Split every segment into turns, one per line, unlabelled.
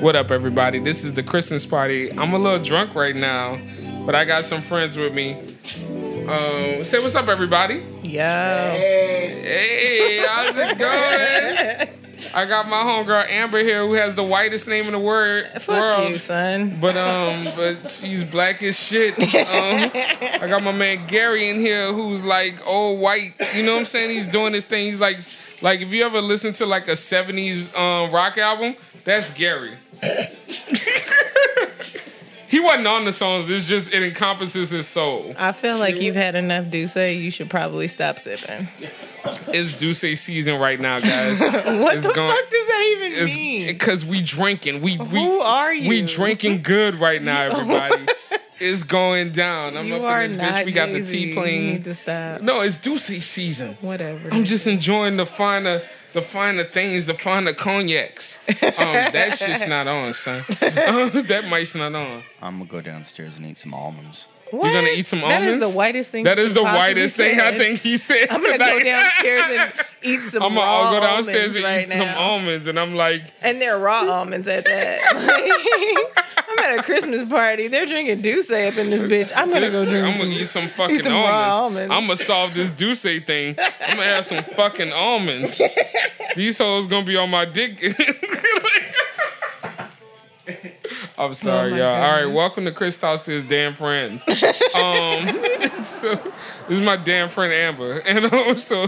What up, everybody? This is the Christmas party. I'm a little drunk right now, but I got some friends with me. Um, say what's up, everybody.
Yo.
Hey, how's it going? I got my homegirl Amber here, who has the whitest name in the word
Fuck
world.
you, son.
But um, but she's black as shit. Um, I got my man Gary in here, who's like old white. You know what I'm saying? He's doing this thing. He's like, like if you ever listen to like a '70s um, rock album, that's Gary. he wasn't on the songs. It's just it encompasses his soul.
I feel like you've had enough Duce. You should probably stop sipping.
It's Duce season right now, guys.
What
It's
the
gone-
fuck does that even mean?
Because we drinking. We, we
Who are you?
We drinking good right now, everybody. it's going down. I'm
you
up
are
in this
not
bitch. We got the
Jay-Z.
tea
You
plane.
need to stop.
No, it's Ducey season.
Whatever.
I'm just enjoying the finer, the finer things, the finer cognacs. Um, that shit's not on, son. that might's not on.
I'm gonna go downstairs and eat some almonds.
What?
gonna eat some
That is
almonds?
the whitest thing.
That
you
is
could
the
possibly
whitest thing
said.
I think he said.
I'm gonna go
tonight.
downstairs and eat some.
I'm gonna
raw
all go downstairs
almonds
and
right
eat
now.
some almonds, and I'm like,
And they're raw almonds at that. I'm at a Christmas party. They're drinking Duce up in this bitch. I'm gonna go drink.
I'm
some-
gonna eat some fucking
some raw
almonds.
almonds.
I'm gonna solve this Duce thing. I'm gonna have some fucking almonds. These hoes gonna be on my dick. I'm sorry,
Oh my
y'all. All right,
goodness.
welcome to Chris Talks to his damn friends. Um, so, this is my damn friend Amber, and um, so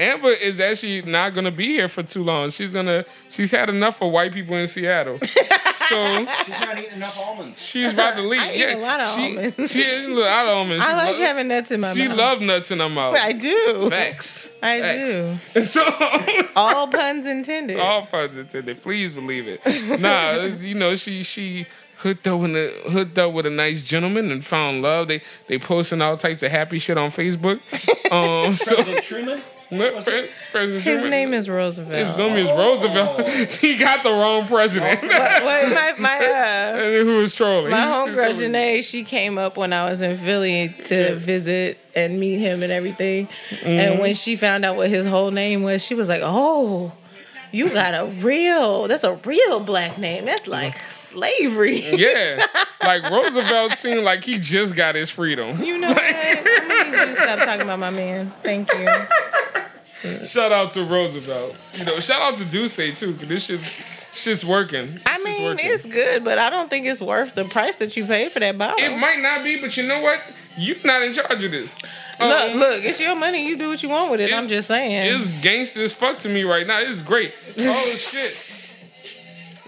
Amber is actually not gonna be here for too long. She's gonna she's had enough of white people in Seattle, so
She's not eating enough almonds.
she's about to leave.
I eat a lot of
she,
almonds.
She is a lot of almonds.
I
She
like
lo-
having nuts in my
she
mouth.
love nuts in her mouth.
I do.
Facts.
Um, I
Facts.
do.
So
All puns intended.
all puns intended. Please believe it. Nah, you know she she hooked up with a, hooked up with a nice gentleman and found love. They they posting all types of happy shit on Facebook. Um, so
President Truman?
Pre- President
His
Truman-
name is
His
Roosevelt.
name is Roosevelt. he got the wrong president.
But- but my my uh,
Who was trolling?
my
He was
homegirl
trolling.
Janae, she came up when I was in Philly to visit and meet him and everything.
Mm-hmm.
And when she found out what his whole name was, she was like, "Oh, you got a real. That's a real black name. That's like slavery."
Yeah, like Roosevelt seemed like he just got his freedom.
You know what? I'm gonna need you to stop talking about my man. Thank you.
Shout out to Roosevelt. You know, shout out to Duce too, cause this shit's shit's working. This
I
shit's
mean,
working.
it's good, but I don't think it's worth the price that you paid for that bottle.
it might not be, but you know what? You're not in charge of this. Um,
Look, look, it's your money. You do what you want with it. I'm just saying.
It's gangster as fuck to me right now. It's great. Oh shit.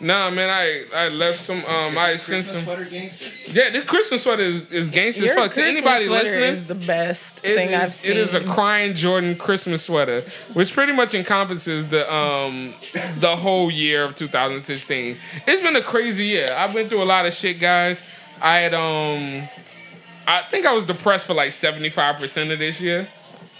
Nah, man, I I left some. Um, I sent
Christmas
some.
sweater gangster.
Yeah, this Christmas sweater is, is gangster
Your
as fuck. To
Christmas
anybody
sweater
listening,
is the best
It
thing
is-
I've seen.
It is a crying Jordan Christmas sweater, which pretty much encompasses the um the whole year of 2016. It's been a crazy year. I've been through a lot of shit, guys. I had um I think I was depressed for like 75% of this year.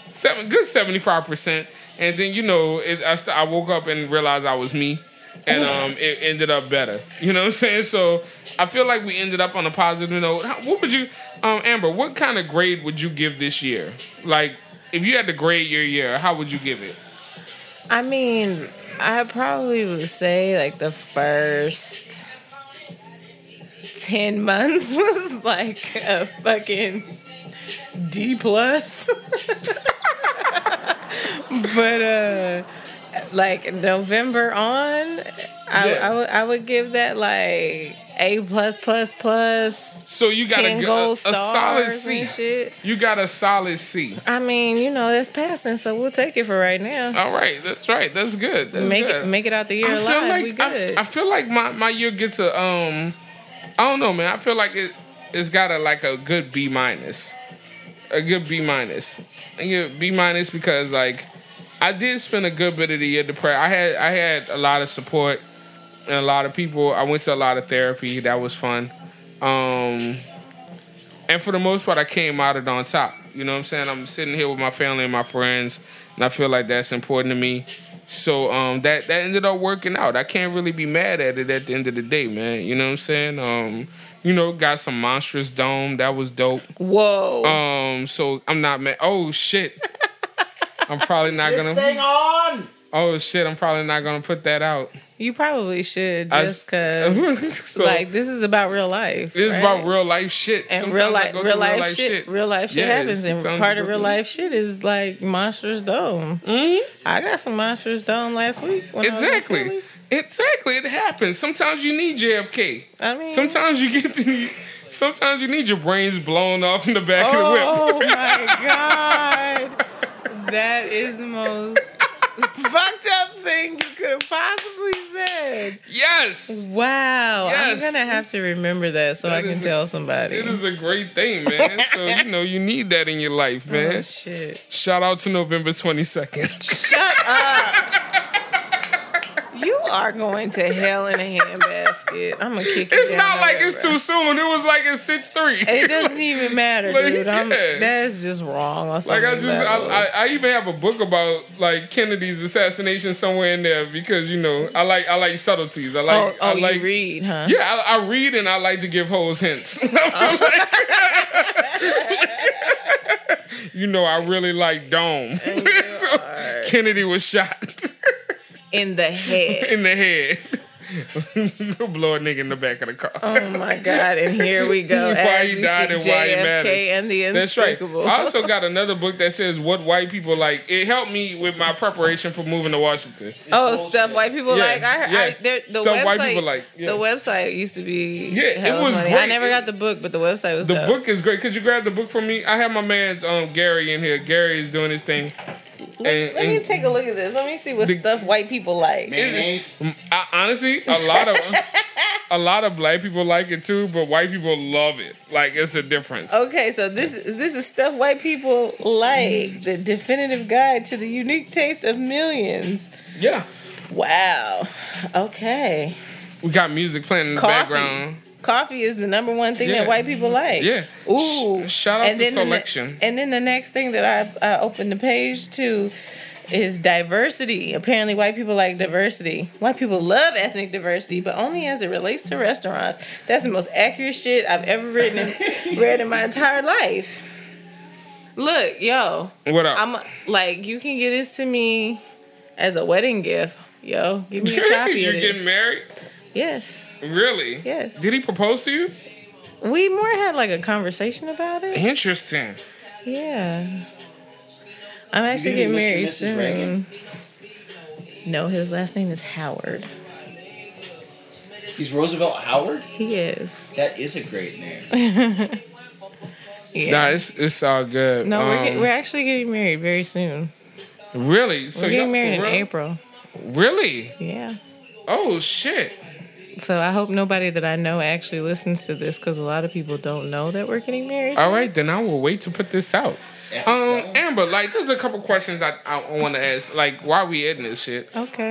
Seven good 75%. And then you know, it, I st- I woke up and realized I was me. And um, it ended up better. You know what I'm saying? So I feel like we ended up on a positive note. How, what would you, um, Amber? What kind of grade would you give this year? Like, if you had to grade your year, how would you give it?
I mean, I probably would say like the first ten months was like a fucking D plus. but uh like November on, I,
Yeah.
I would I would give that like A plus plus plus
So you got
ten
a, a, a
gold
solid
stars and
C.
shit.
You got a solid C.
I mean, you know, that's passing, so we'll take it for right now.
All right, that's right. That's good. That's
Make
good.
it make it out the year
I feel
alive.
like
we
I-
good.
I, feel like my, my year gets a um. I don't know, man. I feel like it it's got a like a good B minus, a good B minus, a good B minus because like I did spend a good bit of the year depressed. I had I had a lot of support and a lot of people. I went to a lot of therapy. That was fun. Um, and for the most part, I came out of it on top. You know what I'm saying? I'm sitting here with my family and my friends, and I feel like that's important to me. So um, that that ended up working out. I can't really be mad at it at the end of the day, man. You know what I'm saying? Um, you know, got some monstrous dome. That was dope.
Whoa.
Um, so I'm not mad. Oh shit. I'm probably not
This
gonna.
thing on!
Oh shit, I'm probably not gonna put that out.
You probably should
I-
just because,
So,
like, this is about real life.
It's
right?
about real life shit.
and
Sometimes I
real life,
go
real
through
life, shit, real life shit
Yeah,
happens, and
sometimes
part
you
of
go
real
through- Mm.
life shit is like monsters dome.
Mm-hmm.
I got some monsters dome last week. when I was in
Exactly.
Philly.
Exactly. It happens. Sometimes you need JFK.
I mean,
Sometimes you get the. Sometimes you need your brains blown off in the back of the
Oh
whip.
my god, that is the most fucked up thing you could have possibly said.
yes.
Wow,
Yes.
I'm gonna have to remember that so
That
I can
is a-
tell somebody.
It is a great thing, man. so you know you need that in your life, man.
Oh, shit.
Shout out to November twenty second.
Shut up. You are going to hell in a handbasket. I'm gonna kick you
It's
down
not
the
like
river.
it's too soon. It was like it's six three.
It doesn't even matter,
Like,
dude. I'm,
yeah.
That's just wrong. On so
Like I
many
just,
levels.
I, I, I even have a book about like Kennedy's assassination somewhere in there because you know I like I like subtleties. I like
oh, oh
I like
you read, huh?
yeah I, I read and I like to give hoes hints. you know I really like Dome. So, Kennedy was shot
In the head.
in the head. Blow a nigga in the back of the car.
Oh my God! And here we go.
Why
as
he
we
died and
speak,
why he
JFK
matters.
and the
That's right.
unspeakable.
I also got another book that says what white people like. It helped me with my preparation for moving to Washington.
oh, stuff white people
Yeah,
like. I,
yeah.
I there, the
Stuff
website.
white people like, yeah.
The website used to be.
Yeah, it
hella
was
funny. I
great.
never got the book, but the website was
The
dope.
book is great. Could you grab the book for me? I have my man's um Gary in here. Gary is doing his thing. And,
Let me
and
take a look at this. Let me see what
The-
stuff white people like.
Mayonnaise.
I, honestly, a lot of a lot of black people like it too, but white people love it. Like it's a difference.
Okay, so this is this is stuff white people like. The definitive guide to the unique taste of millions.
Yeah,
Wow. Okay.
we got music playing in the
Coffee.
background.
Coffee is the number one thing
Yeah.
that white people like.
Yeah.
Ooh.
Sh- shout out to
the ne-
selection.
and then the next thing that I, I opened the page to is diversity. Apparently, white people like diversity. White people love ethnic diversity, but only as it relates to restaurants. That's the most accurate shit I've ever written and read in my entire life. Look, yo,
What up?
I'm like, you can get this to me as a wedding gift. Yo, give me a copy
You're
of this.
getting married?
Yes.
Really?
Yes.
Did he propose to you?
We more had like a conversation about it.
Interesting.
Yeah. I'm actually
You
getting
mean Mr.
married
and Mrs. Reagan?
soon. No, his last name is Howard.
He's Roosevelt Howard.
He is.
That is a great name.
Yeah.
Nah, it's it's all good.
no, we're,
Um,
get, we're actually getting married very soon.
really. So
We're
y'all-
getting married in
real-
April.
Really?
Yeah.
Oh shit!
So I hope nobody that I know actually listens to this because a lot of people don't know that we're getting married.
All right, then I will wait to put this out.
Oh,
Um, Amber, like, there's a couple questions I I want to ask. Like, why we in this shit?
Okay.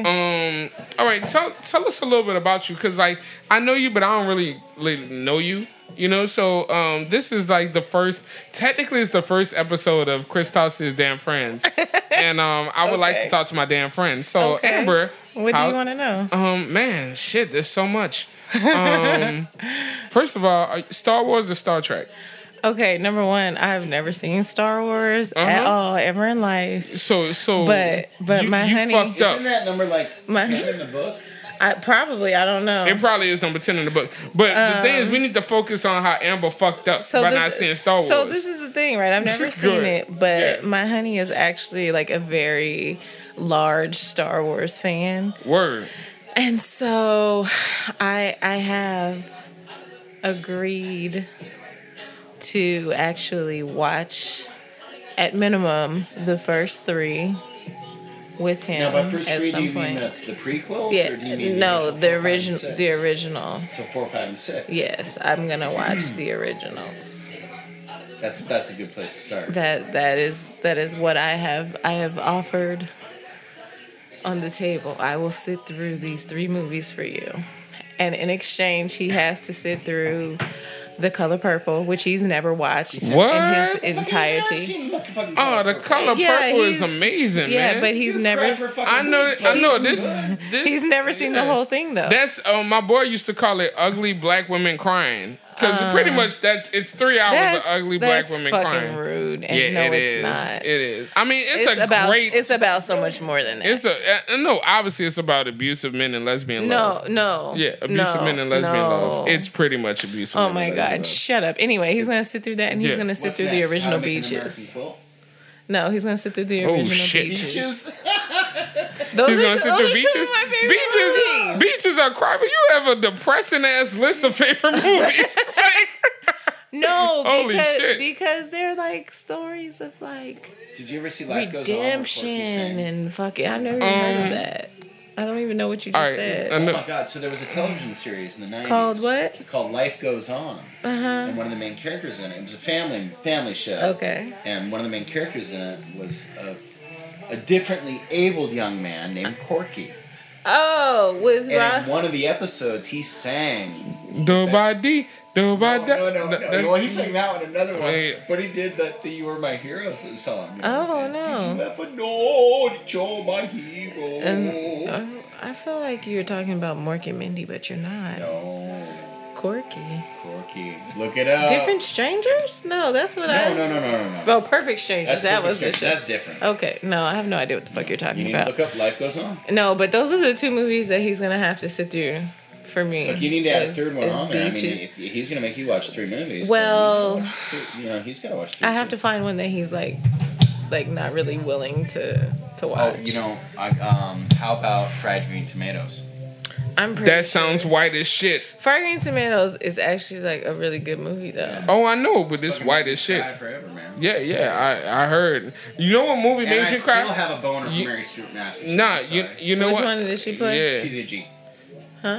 Um, all right, tell tell us a little bit about you, cause like I know you, but I don't really, really know you. You know, so um, this is like the first. Technically, it's the first episode of Chris Talks to His Damn Friends, and um, I would like to
Okay.
talk to my damn friends. So
Okay.
Amber,
what do
how-
you want to know?
Um, man, shit, there's so much. Um, first of all, are- Star Wars or Star Trek?
Okay, number one, I've never seen Star Wars at
Uh-huh.
all ever in life.
So, so,
But- but
you,
my
you
honey-
fucked
Isn't
up.
that number like
My-
ten in the book?
I probably I don't know.
It probably is number ten in the book, but the thing is, we need to focus on how Amber fucked up by
Um, the-
not seeing Star Wars.
So this is the thing, right? I've never
Good.
seen it, but
Yeah.
my honey is actually like a very large Star Wars fan.
Word.
And so I I have agreed to actually watch at minimum the first 3 with him
Now, by first
at
three, do
some
you mean
point.
that's the prequel? Or do you
yeah.
mean
No, the
original.
original
four, five, and
the original.
six? So four, five, and six.
Yes, I'm going to watch the originals.
That's that's a good place to start.
that that is that is what I have I have offered on the table. I will sit through these three movies for you. And in exchange, he has to sit through The Color Purple, which he's never watched
What?
in his
Fucking, I've
entirety.
seen motherfucking
Oh, the
Purple.
color
Yeah,
purple is
he's-
amazing,
Yeah,
man.
but he's
You
never
cried for fucking
I know,
Blue
I know
Bloods.
this. this
he's never seen the
yeah.
whole thing though.
That's um, my boy used to call it ugly black women crying. Because pretty much that's it's three hours
Uh, That's
of ugly
that's
black women
fucking
crying.
rude. And
Yeah,
no,
it
it's
is.
not.
It is. I mean, it's, a
about
great. It's,
it's about so much more than that.
a uh, no. Obviously, it's about abusive men and lesbian
no,
love.
no.
Yeah, abusive
no,
men and lesbian
no.
love. It's pretty much abusive.
Oh
men
my
and
god,
lesbian love.
shut up. Anyway, he's gonna sit through that and he's
Yeah.
gonna sit
What's
through
next?
the
How to
original
make an American
beaches.
quilt?
No, he's gonna sit through the
Oh,
original
shit.
beaches.
Beaches.
Those
He's
are,
gonna sit
those
through
are
beaches.
two of my favorite
Beaches,
movies.
beaches are crying. But you have a depressing ass list of favorite movies. Like,
No,
Holy
because,
shit.
because they're like stories of like
Did you ever see Life Goes On? with Porky
redemption
Sing?
and fucking. I never even heard
Um,
of that. I don't even know what you just
all right,
said.
and
Oh
the-
my God! So there was a television series in the 90s
Called what?
Called Life Goes On,
Uh huh.
and one of the main characters in it, it was a family family show.
Okay.
And one of the main characters in it was a, a differently abled young man named Corky.
Oh, with
And in
Rob.
one of the episodes, he sang.
do by D, do by
Oh, No,
da-
no, no, no.
that's-
Well, he sang that one, another one.
Wait.
But he did that the "You Were My Hero" song.
Oh, no.
Did you ever know that you're my hero?
And, uh, I feel like you're talking about Mork and Mindy, but you're not.
no,
Corky.
Oh, Corky. Look it up.
Different strangers? No, that's what I.
No, no, no, no, no, no.
Oh, Perfect Strangers.
That's
That
different
was the
shit.
shit.
That's different.
Okay, no, I have no idea what the fuck you're
You
talking
need to
about.
look up Life Goes On.
No, but those are the two movies that he's gonna have to sit through for me.
Look, you need to add a
is-
third one
is
on there. I mean,
Beaches.
if he's gonna make you watch three movies.
Well-
then you gotta watch three- you know he's gotta watch. Three
I have
too.
to find one that he's like, like not really willing to to watch.
Oh, you know, I, um, how about fried green tomatoes?
I'm pretty.
that sounds white as shit.
Fried Green Tomatoes is actually like a really good movie though.
Oh, I know, but it's
Fucking
white
make
as
me
shit.
cry Forever, man.
Yeah, yeah, I, I heard. You know what movie
And
makes
I
you
still
cry?
have a boner for
You-
Mary Stuart Masterson.
nah,
I'm
you
sorry.
you know
Which
what?
one did she play?
Yeah, Uh,
She's a G.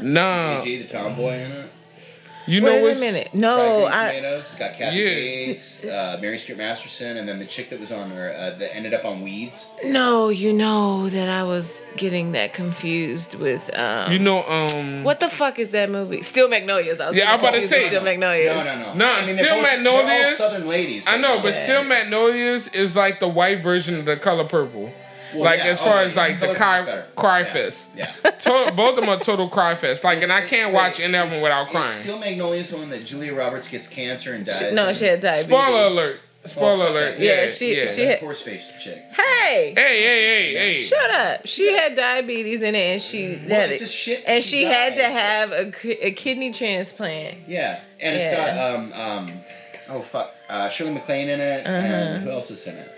nah.
G, the tomboy in it.
You know
Wait
what's
a minute.
Fried
No,
green
Oh, I.
tomatoes. It's got Kathy
Yeah.
Bates, uh, Mary Stuart Masterson, and then the chick that was on her uh, that ended up on Weeds.
No, you know that I was getting that confused with. um
You know um.
What the fuck is that movie? Steel Magnolias. I was
Yeah,
getting
I'm about to
confused with
say-
Steel
No,
Magnolias.
no, no.
Nah,
I mean,
Still
they're both, they're all
Magnolias.
Southern ladies.
I know, but
yeah.
still, Magnolias is like the white version of the color purple.
Well,
like
yeah,
as far
oh,
as
yeah,
like the
Color
cry,
Purple's better.
cry
Yeah,
fest.
Yeah.
Total, both of them are total cry fest. Like, and I can't watch
Wait,
any of
is-
them without
is
crying.
Still Magnolia's the one that Julia Roberts gets cancer and dies.
She, no,
and-
she had diabetes.
Spoiler alert! Spoiler
fuck
alert!
that. Yeah,
Yeah,
she-
yeah.
she-
that
had-
horse face chick.
Hey,
Hey, hey, hey, hey!
shut up. She had diabetes in it, and she
Well,
had
it's
it.
a shit.
and she had to
died.
have a, ki- a kidney transplant.
Yeah, and it's
Yeah.
got um um oh fuck uh, Shirley MacLaine in it,
Uh-huh.
and who else is in it?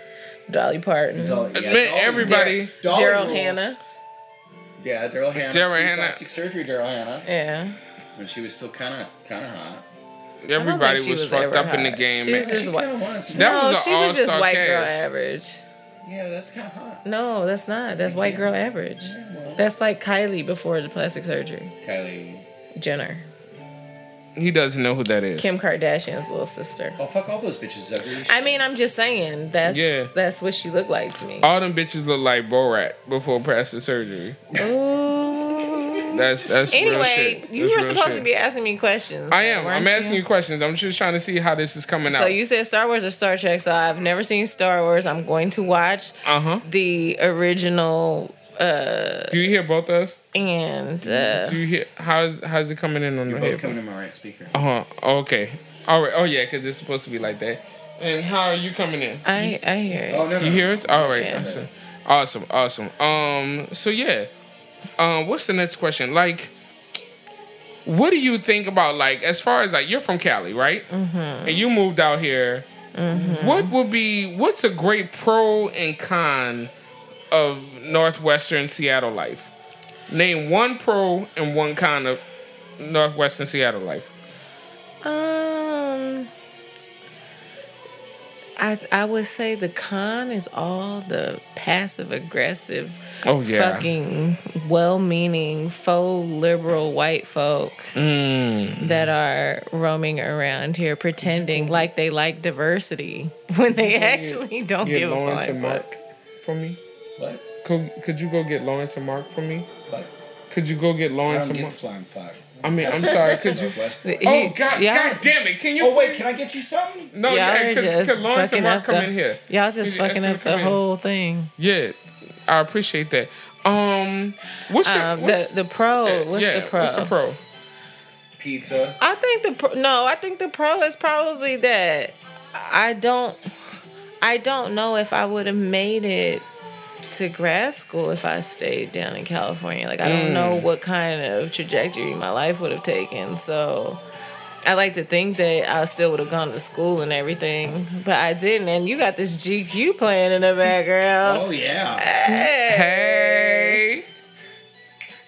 Dolly Parton,
Dolly, yeah,
Admit
Dolly-
everybody.
Dolly
Daryl
rules.
Hannah.
Yeah, Daryl Hannah.
Daryl
She
Hannah.
Plastic surgery, Daryl Hannah,
Yeah,
when she was still kind of kind of hot.
Everybody
she
was,
was
fucked
ever
up in the
hot.
game.
She
man.
was This is
She
why-
kinda was.
That
no,
was a
she was just
all-star
white girl
cast.
average.
Yeah, that's kind of hot.
No, that's not. That's white girl average. That's like Kylie before the plastic surgery.
Kylie.
Jenner,
He doesn't know who that is.
Kim Kardashian's little sister.
Oh fuck, all those bitches ugly. as
I
shit.
mean, I'm just saying that's
Yeah. Uh,
that's what she looked like to me.
All them bitches look like Borat before plastic surgery.
Ooh.
That's that's real
Anyway,
shit.
you
That's
were
real
supposed
shit.
to be asking me questions.
I am.
weren't
I'm asking you? questions. I'm just trying to see how this is coming
So
out.
you said Star Wars or Star Trek. So I've never seen Star Wars. I'm going to watch
uh huh.
the original uh,
Do you hear both of us?
and uh,
Do you hear how's how's it coming in on
You're
the
both
head?
coming to my right speaker.
Uh huh. Okay. All right. Oh yeah, because it's supposed to be like that. And how are you coming in?
I I hear it.
Oh no, no.
You hear us? All right.
Yeah.
Awesome. Awesome. Awesome. Um. So yeah. Um. What's the next question? Like, what do you think about like as far as like you're from Cali, right? Mm-hmm. And you moved out here.
Mm-hmm.
What would be what's a great pro and con of northwestern Seattle life? Name one pro and one con of northwestern Seattle life.
Um, I I would say the con is all the passive aggressive,
Oh, yeah.
fucking well meaning faux liberal white folk
Mm.
that are roaming around here pretending like they like diversity when they actually don't
Get
give a
Lawrence and
flying fuck.
Mark for me.
What?
Could, could you go get Lawrence and Mark for me?
What?
Could you go get
I
Lawrence
don't
and
give a
Mark?
flying fuck.
I mean, I'm sorry. Could you?
Northwestboro.
Oh
He-
God!
y'all-
God damn it! Can you?
Oh wait, can I get you something?
No,
y'all
yeah.
are
could,
just
could Lawrence
fucking
and Mark
up
come
the,
in here?
Y'all
Could
just
you ask
fucking
them to
up the
come in?
whole thing.
Yeah, I appreciate that. Um, what's your
Um, the
what's,
the pro, what's
yeah,
the pro?
What's the pro?
pizza.
I think the pro, no, I think the pro is probably that I don't I don't know if I would have made it to grad school if I stayed down in California. Like I don't
Mm.
know what kind of trajectory my life would have taken. So I like to think that I still would have gone to school and everything, but I didn't. And you got this GQ playing in the background.
Oh yeah.
Hey.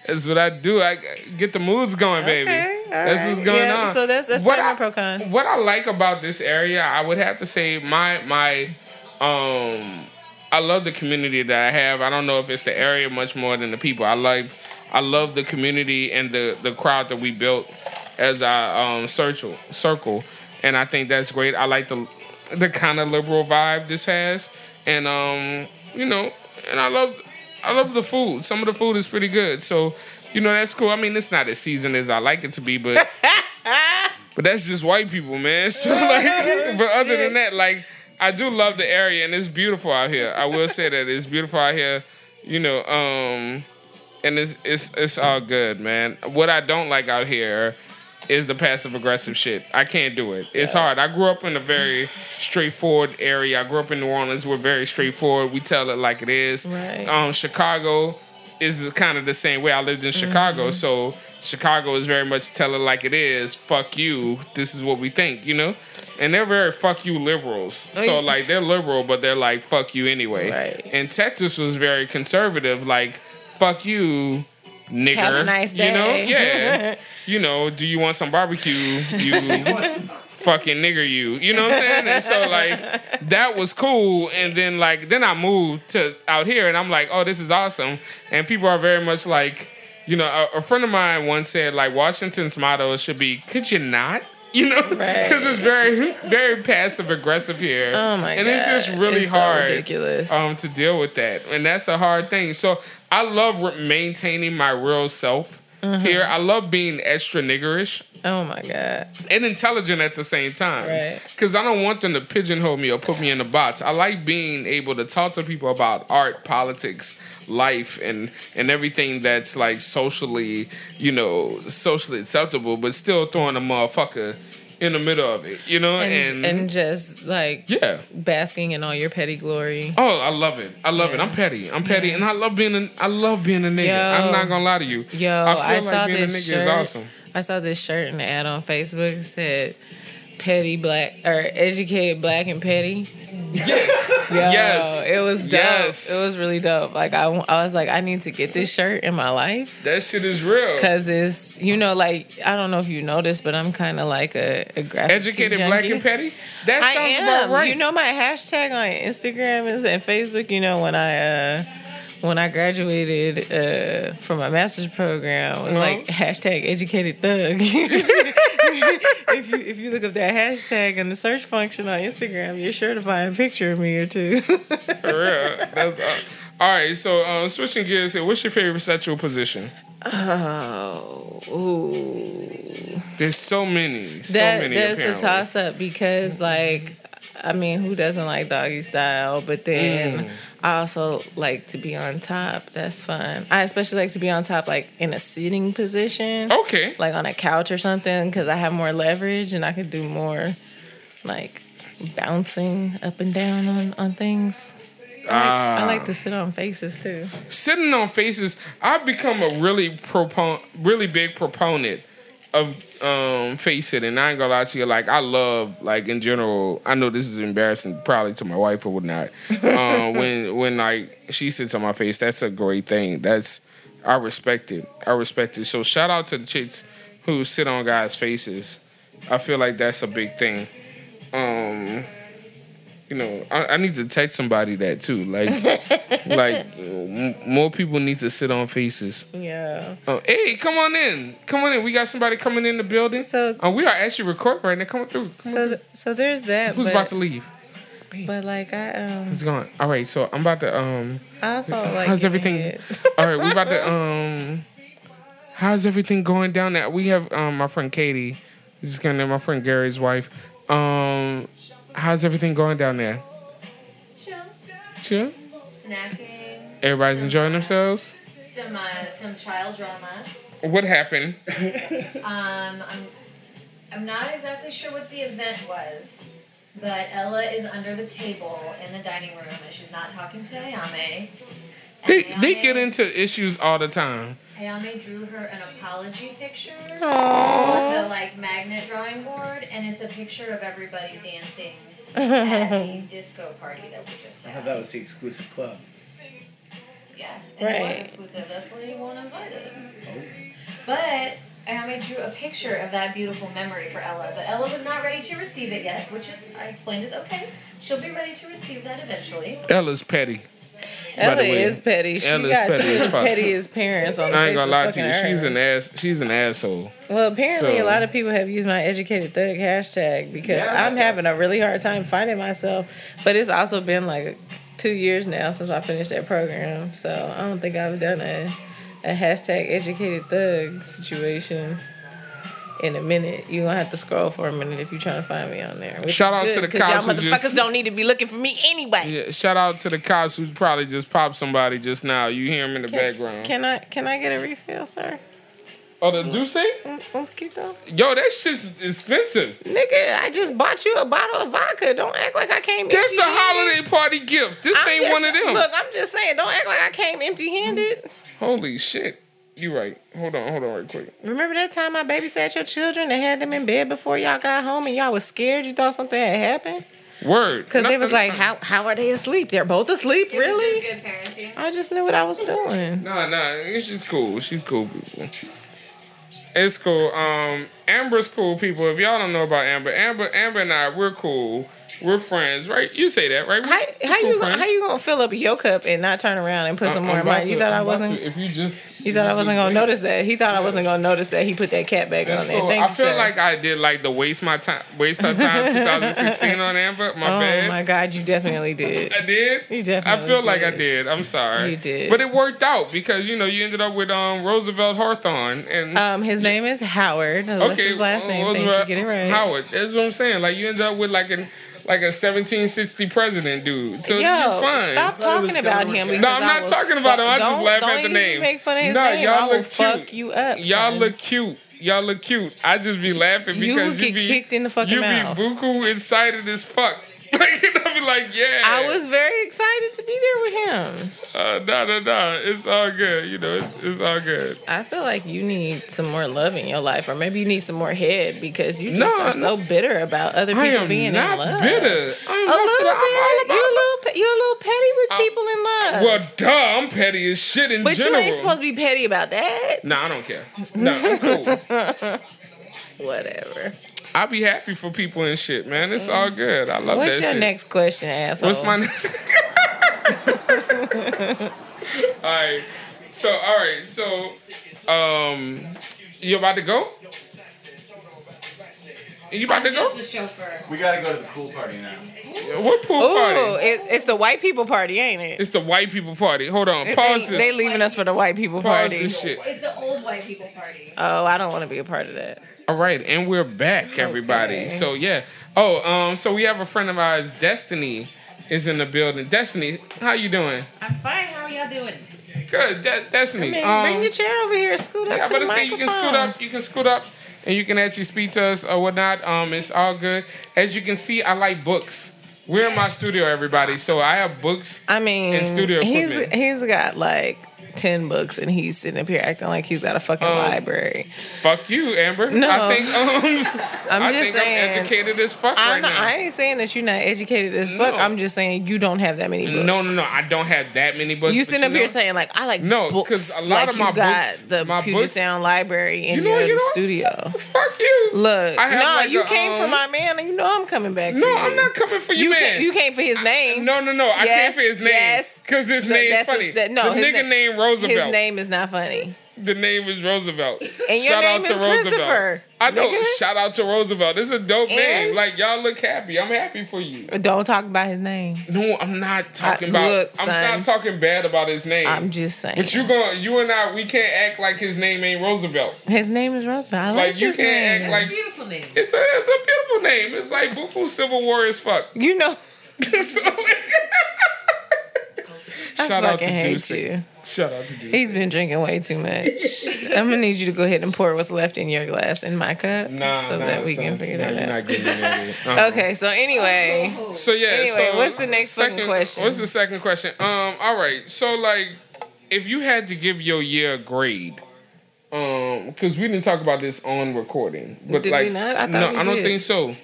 That's what I do. I get the moods going, baby.
Okay, all
That's what's
right.
going
Yeah,
on.
so that's- that's
what
part
I,
of my pro con.
What I like about this area, I would have to say my my um I love the community that I have. I don't know if it's the area much more than the people. I like I love the community and the the crowd that we built as our um circle circle. And I think that's great. I like the the kind of liberal vibe this has. And um, you know, and I love I love the food. Some of the food is pretty good. So, you know, that's cool. I mean, it's not as seasoned as I like it to be, but but that's just white people, man. So like, but other than that, like, I do love the area and it's beautiful out here. I will say that it's beautiful out here. You know, um, and it's it's it's all good, man. What I don't like out here is the passive aggressive shit. I can't do it. It's hard. I grew up in a very straightforward area. I grew up in New Orleans. We're very straightforward. We tell it like it is.
Right.
Um, Chicago is kind of the same way. I lived in Chicago,
Mm-hmm.
so Chicago is very much tell it like it is. Fuck you. This is what we think. You know. And they're very fuck you liberals. So
Oh, yeah.
like they're liberal, but they're like fuck you anyway.
Right.
And Texas was very conservative. Like fuck you, nigger.
Have a nice
You know,
day.
yeah. you know, do you want some barbecue? You fucking nigger, you. You know what I'm saying? And so like that was cool. And then like then I moved to out here, and I'm like, oh, this is awesome. And people are very much like, you know, a, a friend of mine once said like Washington's motto should be, could you not? You know, because
Right.
it's very, very passive aggressive here,
Oh my
and
god!
it's just really
It's so
hard
ridiculous.
um, to deal with that, and that's a hard thing. So I love re- maintaining my real self
Mm-hmm.
here. I love being extra niggerish
oh my god!
and intelligent at the same time,
Right.
Because I don't want them to pigeonhole me or put me in a box. I like being able to talk to people about art, politics, life, and and everything that's like socially, you know, socially acceptable, but still throwing a motherfucker in the middle of it, you know,
And,
and,
and just like
yeah.
basking in all your petty glory.
Oh, I love it. I love it. I'm petty. I'm petty, and I love being a. I love being a nigga.
Yo.
I'm not gonna lie to you.
Yo,
I feel
I,
like
saw
being a
this
nigga
shirt.
is awesome.
I saw this shirt and the ad on Facebook It said petty black or educated black and petty. Yo,
Yes.
It was dope.
Yes.
It was really dope. Like I, I was like, I need to get this shirt in my life.
That shit is real.
Cause it's you know like I don't know if you noticed but I'm kind of like a, a graphic tee
Educated, black,
junkie.
and petty. That
I
sounds
am.
about right.
You know my hashtag on Instagram is and Facebook. You know when I uh, when I graduated uh, from my master's program it was
Uh-huh.
like hashtag educated thug. if you if you look up that hashtag in the search function on Instagram, you're sure to find a picture of me or two.
For real. That's, uh, all right. So uh, switching gears here. What's your favorite sexual position?
oh, ooh.
There's so many. So
that,
many.
that's
apparently.
a toss up because like I mean who doesn't like doggy style but
Mm.
then I also like to be on top that's fun I especially like to be on top like in a sitting position
Okay.
like on a couch or something because I have more leverage and I could do more like bouncing up and down on, on things I
Ah.
like to sit on faces too
sitting on faces, I've become a really propon- really big proponent of um face sitting. I ain't gonna lie to you, like I love like in general, I know this is embarrassing probably to my wife or whatnot. Um when when like she sits on my face, that's a great thing. That's I respect it. I respect it. So shout out to the chicks who sit on guys' faces. I feel like that's a big thing. Um you know, I, I need to text somebody that too. Like like m- more people need to sit on faces.
yeah
Oh, hey, come on in, come on in. We got somebody coming in the building.
So-
Uh, we are actually recording right now. Come on through. Come on.
so so there's that
Who's
but,
about to leave?
but like I um
He's gone. All right, so I'm about to um.
I also like
how's
getting
everything?
it.
All right, we about to um. How's everything going down there? We have um my friend Katie. This is gonna my friend Gary's wife. Um, how's everything going down there?
It's chill.
Chill.
Snacking.
Everybody's
some,
enjoying
uh,
themselves.
Some uh, some child drama.
What happened?
Um, I'm, I'm not exactly sure what the event was, but Ella is under the table in the dining room and she's not talking to Ayame. And
They they
Ayame-
get into issues all the time.
Ayame drew her an apology picture on the
Aww.
like magnet drawing board, and it's a picture of everybody dancing at the disco party that we just
I thought
had.
that was the exclusive club.
Yeah, and it
Right.
was exclusive. That's why you weren't invited. But Ayame drew a picture of that beautiful memory for Ella, but Ella was not ready to receive it yet, which is I explained is okay. She'll be ready to receive that eventually.
Ella's petty.
Ella
way,
is petty. She
Ella's
got
petty
petty
as
as,
fuck.
petty as parents on the
I ain't
face
gonna
of
lie to
fucking
you.
earth.
She's an ass. She's an asshole.
Well, apparently,
So-
a lot of people have used my educated thug hashtag because
Yeah.
I'm having a really hard time finding myself. But it's also been like two years now since I finished that program, so I don't think I've done a, a hashtag educated thug situation in a minute. You're gonna have to scroll for a minute if you're trying to find me on there. which is
Shout out to
good,
the
'cause
cops who
Y'all motherfuckers
just-
don't need to be looking for me anyway.
Yeah. Shout out to the cops who probably just popped somebody just now. You hear him in the background.
Can I can I get a refill, sir?
oh, the Duce?
Mm, Oquito?
Yo, that shit's expensive.
Nigga, I just bought you a bottle of vodka. Don't act like I came.
That's a
empty-handed.
holiday party gift. This
I'm
ain't
just-
one of them.
Look, I'm just saying, don't act like I came empty handed.
Holy shit. You right. Hold on, hold on right quick.
Remember that time I babysat your children and had them in bed before y'all got home and y'all was scared you thought something had happened?
Word.
Because they
No,
was
no,
like,
no.
how, how are they asleep? They're both asleep?
It was
really?
just good parenting.
I just knew what I was doing.
Nah, nah, it's just cool. She's cool people. It's cool. Um, Amber's cool people. If y'all don't know about Amber, Amber, Amber and I, we're cool. We're friends, right? You say that, right?
How,
We're
how
cool
you gonna,
friends.
how you gonna fill up your cup and not turn around and put some
I'm
more in
about
mine? You
to-
thought I
I'm about
wasn't
to- if you just,
you thought I
just
wasn't gonna
wait.
notice that. He thought I wasn't gonna notice that he put that cat back
That's
on there.
cool.
Thank
I
you,
feel
sir.
like I did like the waste my time, waste her time, 2016 on Amber. My bad.
Oh my god, you definitely did.
I did.
You definitely
I feel like I
did.
did. I'm sorry.
You did.
But it worked out because you know you ended up with um Roosevelt Hawthorne and
Um, his name is Howard. That's his last
uh,
name.
what's
Thank you.
right-
Get it right.
Howard. That's what I'm saying. Like you end up with like an like a 1760 president dude. So
Yo,
you're fine.
stop
thought it was
talking about
Delaware
him.
County.
Because
No, I'm
I
not
will
talking about him. I
fuck-
just
don't-
laugh
don't
at the
even
name.
Make fun of his
No,
name.
y'all
I will
look cute.
fuck you up.
Y'all
son.
look cute. Y'all look cute. I just be laughing
You
because you,
get
be
kicked in the fucking
you
mouth.
be buku excited as fuck. Like and I be like, yeah.
I was very excited to be there with him.
uh, nah, nah, nah. It's all good. You know, it's, it's all good.
I feel like you need some more love in your life, or maybe you need some more head because you
No,
just are
I'm
so bitter about other
I
people
am
being
not
in love.
bitter. I'm
A
not
little
bitter. I'm
bit.
all
You're a
about- Oh,
little, pe- you're a little petty with people in love.
Well, duh. I'm petty as shit in
but
general.
you ain't supposed to be petty about that.
Nah, I don't care. Nah, I'm cool.
Whatever.
I be happy for people and shit, man. It's all good. I love
Mm. What's
that
your
shit.
next question, asshole?
What's my next? all right. So, all right. So, um, you about to go? You about to
Just
go?
the chauffeur.
We gotta go to the pool party now.
What pool
Ooh,
party?
it, it's the white people party, ain't it?
It's the white people party. Hold on.
They-
Pause
they,
this.
they leaving us for the white people
Pause
party.
this shit.
It's the old white people party.
Oh, I don't want to be a part of that.
All right, and we're back, everybody.
Okay.
So yeah. Oh, um, so we have a friend of ours, Destiny, is in the building. Destiny, how you doing?
I'm fine. How are y'all doing?
Good, De- Destiny.
Man,
um,
bring your chair over here. Scoot up
yeah,
to
but
the
I say you
microphone.
can scoot up. You can scoot up, and you can actually speak to us or whatnot. Um, it's all good. As you can see, I like books. We're in my studio, everybody. So I have books.
I mean,
And studio
he's
equipment.
he's got like ten books, and he's sitting up here acting like he's got a fucking
Um,
library.
Fuck you, Amber.
No.
I think um,
I'm
I
just
think
saying.
I'm educated as fuck
I'm
right
not-
now.
I ain't saying that you're not educated as fuck.
No.
I'm just saying you don't have that many books.
no, no, no. I don't have that many books.
you
but
sitting up here
know-
saying like I like
No,
books.
'cause a lot
like
of my
you got
books-
the
my
Puget
books-
Sound Library in
You know,
your
you know-
studio.
Fuck you.
Look,
I have,
no,
like,
you
a,
came for
um,
my man, and you know I'm coming back. for
No,
you.
I'm not coming for you,
You
man.
came, you came for his name.
No, no, no. I
Yes,
came for his name.
yes.
Because his
No,
name's
that's his-
funny.
that- no,
the
his
nigga
na-
named Roosevelt.
his name is not funny.
The name is Roosevelt.
And your
shout
name
out to
is
Roosevelt.
Christopher,
I know.
nigga.
Shout out to Roosevelt. This is a dope name.
And-
Like y'all look happy. I'm happy for you.
Don't talk about his name.
No, I'm not talking
I-
about.
look,
I'm
son.
not talking bad about his name.
I'm just saying.
but you going you and I, we can't act like his name ain't Roosevelt.
his name is Roosevelt. I like,
Like, you
his
can't act
name.
Like-
It's a beautiful name.
It's a, it's a beautiful name. It's like Buku Civil War as fuck.
you know.
So-
I
Shout
fucking
out to
hate
Deucey.
you.
Shout out to dude.
He's been drinking way too much. I'm gonna need you to go ahead and pour what's left in your glass in my cup
Nah,
so
nah,
that we
son.
can figure
Nah,
that
you're
out.
not getting it. Uh-uh.
Okay, so anyway,
So yeah.
Anyway,
so
what's the next fucking
second,
question?
What's the second question? Um. All right. So like, if you had to give your year a grade, um, because we didn't talk about this on recording, but
Did we
like,
not? I thought
no,
we
I don't
did.
think so.
we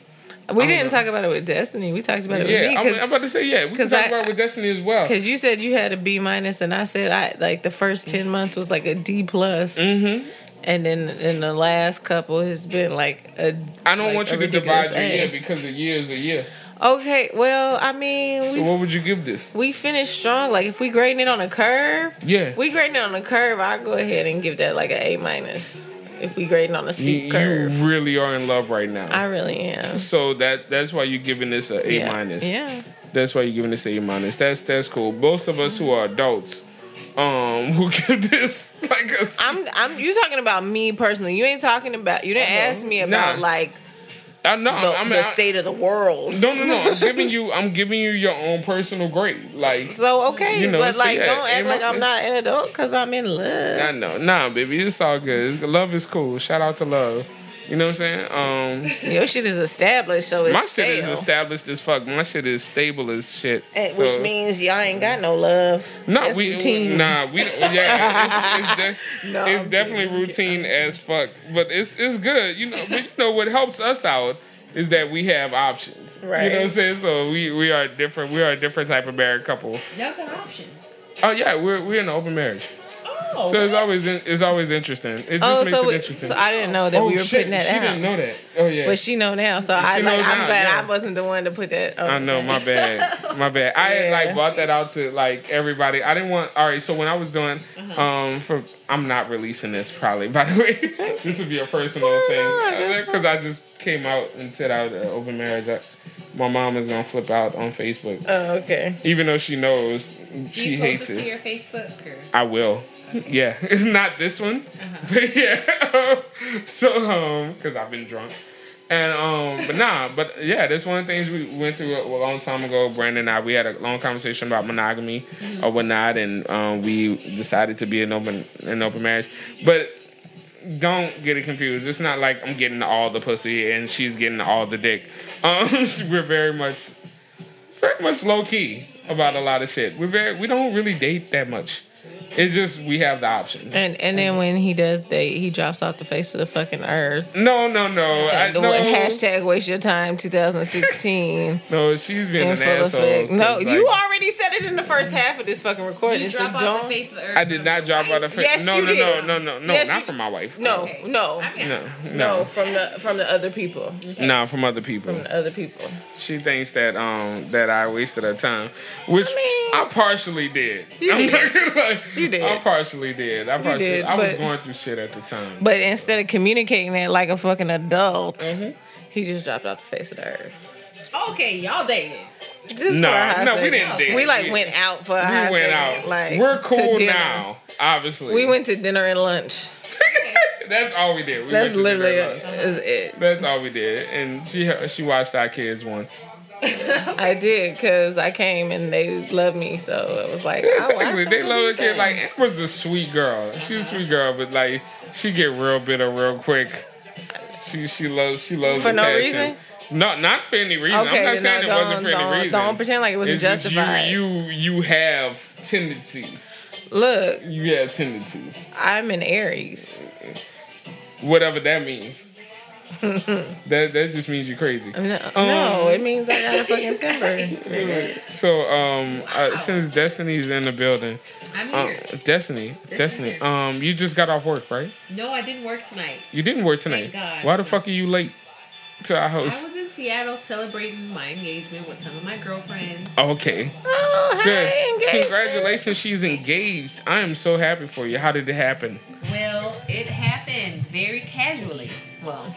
I'm gonna-
didn't talk about it with Destiny. We talked about it
Yeah, I'm,
with me
I'm about to say yeah. We can
'cause
talk
I-
about it with Destiny as well.
because you said you had a B minus, and I said I like the first ten months was like a D plus,
Mm-hmm.
and then in the last couple has been like a.
I don't
like,
want
a
you to
ridiculous
divide your
A.
year because a year is a year.
Okay, well, I mean, we
So what would you give this?
we finished strong. Like if we grading it on a curve,
Yeah.
we grading it on a curve. I'll go ahead and give that like a A minus. If we grading on a
You,
steep
you
curve,
really are in love right now.
I really am.
so that that's why you're giving this a A
yeah.
minus.
Yeah.
That's why you're giving this a A minus. That's that's cool. Both of us who are adults, um, will give this like a. I,
I'm. I'm. You talking about me personally? You ain't talking about. You didn't ask me about
Nah.
like
I know.
the,
I'm,
the
I'm,
state of the world.
no, no, no. I'm giving you. I'm giving you your own personal grade. Like.
So okay,
You know,
but
so
like,
yeah,
don't
A
act like
minus.
I'm not an adult because I'm in love.
I know, nah, baby, it's all good. It's- love is cool. Shout out to love. You know what I'm saying? Um,
Your shit is established, so it's
my shit is
stale.
established as fuck. My shit is stable as shit.
Eh,
so-
Which means y'all ain't got no love.
No,
That's
we
routine.
nah, we don't- yeah, it's, it's, de-
No,
it's
I'm
definitely routine as fuck, but it's it's good, you know. But you know what helps us out is that we have options, You
Right.
know what I'm saying? So we we are different. We are a different type of married couple.
Y'all got options.
Oh yeah, we're we're in an open marriage,
Oh.
so it's always in, it's always interesting. It just
Oh,
makes
so,
it
it,
interesting.
so I didn't know that
oh
we were
shit,
putting that
she
out.
didn't know that. Oh yeah.
But she know now, so I
She
like.
knows
I'm
now,
glad
yeah.
I wasn't the one to put that. oh, On
I know, my bad, my bad. I had
Yeah.
like bought that out to like everybody. I didn't want. All right, so when I was doing, um, for I'm not releasing this probably. By the way, this would be a personal
not?
thing because I just came out and said I would uh, open marriage. I, my mom is gonna flip out on Facebook,
Oh, okay.
even though she knows
Do
she
you post
hates
this to
it.
your Facebook or?
I will. Yeah, it's not this one, but yeah. so um, because I've been drunk. And um, but nah, but yeah, that's one of the things we went through a, a long time ago. Brandon and I, we had a long conversation about monogamy or whatnot, and um, we decided to be an open an open marriage. But don't get it confused. It's not like I'm getting all the pussy and she's getting all the dick. Um, we're very much, very much low key about a lot of shit. We're very, we don't really date that much. It's just we have the option.
And and then when he does date, he drops off the face of the fucking earth.
No, no, no. I,
Like the
no.
one hashtag waste your time 2016
No, she's being
in
an
full
asshole.
effect. No,
'cause,
you
like,
already said it in the first half of this fucking recording.
You
so
drop off the
don't.
face of the earth.
I did not drop out of. Fa-
Yes,
no,
you
no,
did.
no, no, no, no,
Yes,
Not
you-
from my wife.
No, no,
I mean,
No,
no,
no,
from the from the other people,
nah, from other people.
from the other people.
She thinks that um that I wasted her time, which
I
I, partially did. I'm not gonna lie.
You did.
I partially did. I partially.
did,
I was
but-
going through shit at the time.
But instead of communicating that like a fucking adult,
Mm-hmm.
he just dropped off the face of the earth.
Okay, y'all dated.
Just for a
no,
high
no, we
second.
didn't date.
We like went out for a
We
high
went
second,
out.
Like
We're
to
cool
dinner.
now, obviously.
We went to dinner and lunch.
That's all we did. We went
That's
to dinner
literally
and lunch.
it. Is it.
That's all we did, and she she watched our kids once.
I did because I came and they loved me, so it was like "Oh,
Yeah,
I
technically, they love a kid. Like Amber's a sweet girl. She's a sweet girl, but like she get real bitter real quick. She she loves she loves
For
the
no
passion.
reason?
No, not for any reason.
Okay,
I'm not
then
saying
no,
it wasn't
don't-
for any
don't-
reason.
don't pretend like it wasn't
It's just
justified.
You, you you have tendencies.
Look,
You have tendencies.
I'm an Aries.
Whatever that means. that that just means you're crazy.
No,
Um,
no, it means I got a fucking temper.
So um, uh, since Destiny's in the building,
I'm
um,
here.
Destiny, Destiny,
here.
um, you just got off work, right?
no, I didn't work tonight.
You didn't work tonight.
Thank God.
Why the fuck are you late to our
I
house?
was in Seattle celebrating my engagement with some of my girlfriends.
okay.
oh,
Good.
hey, engagement.
Congratulations, she's engaged. I am so happy for you. How did it happen?
Well, it happened very casually. Well,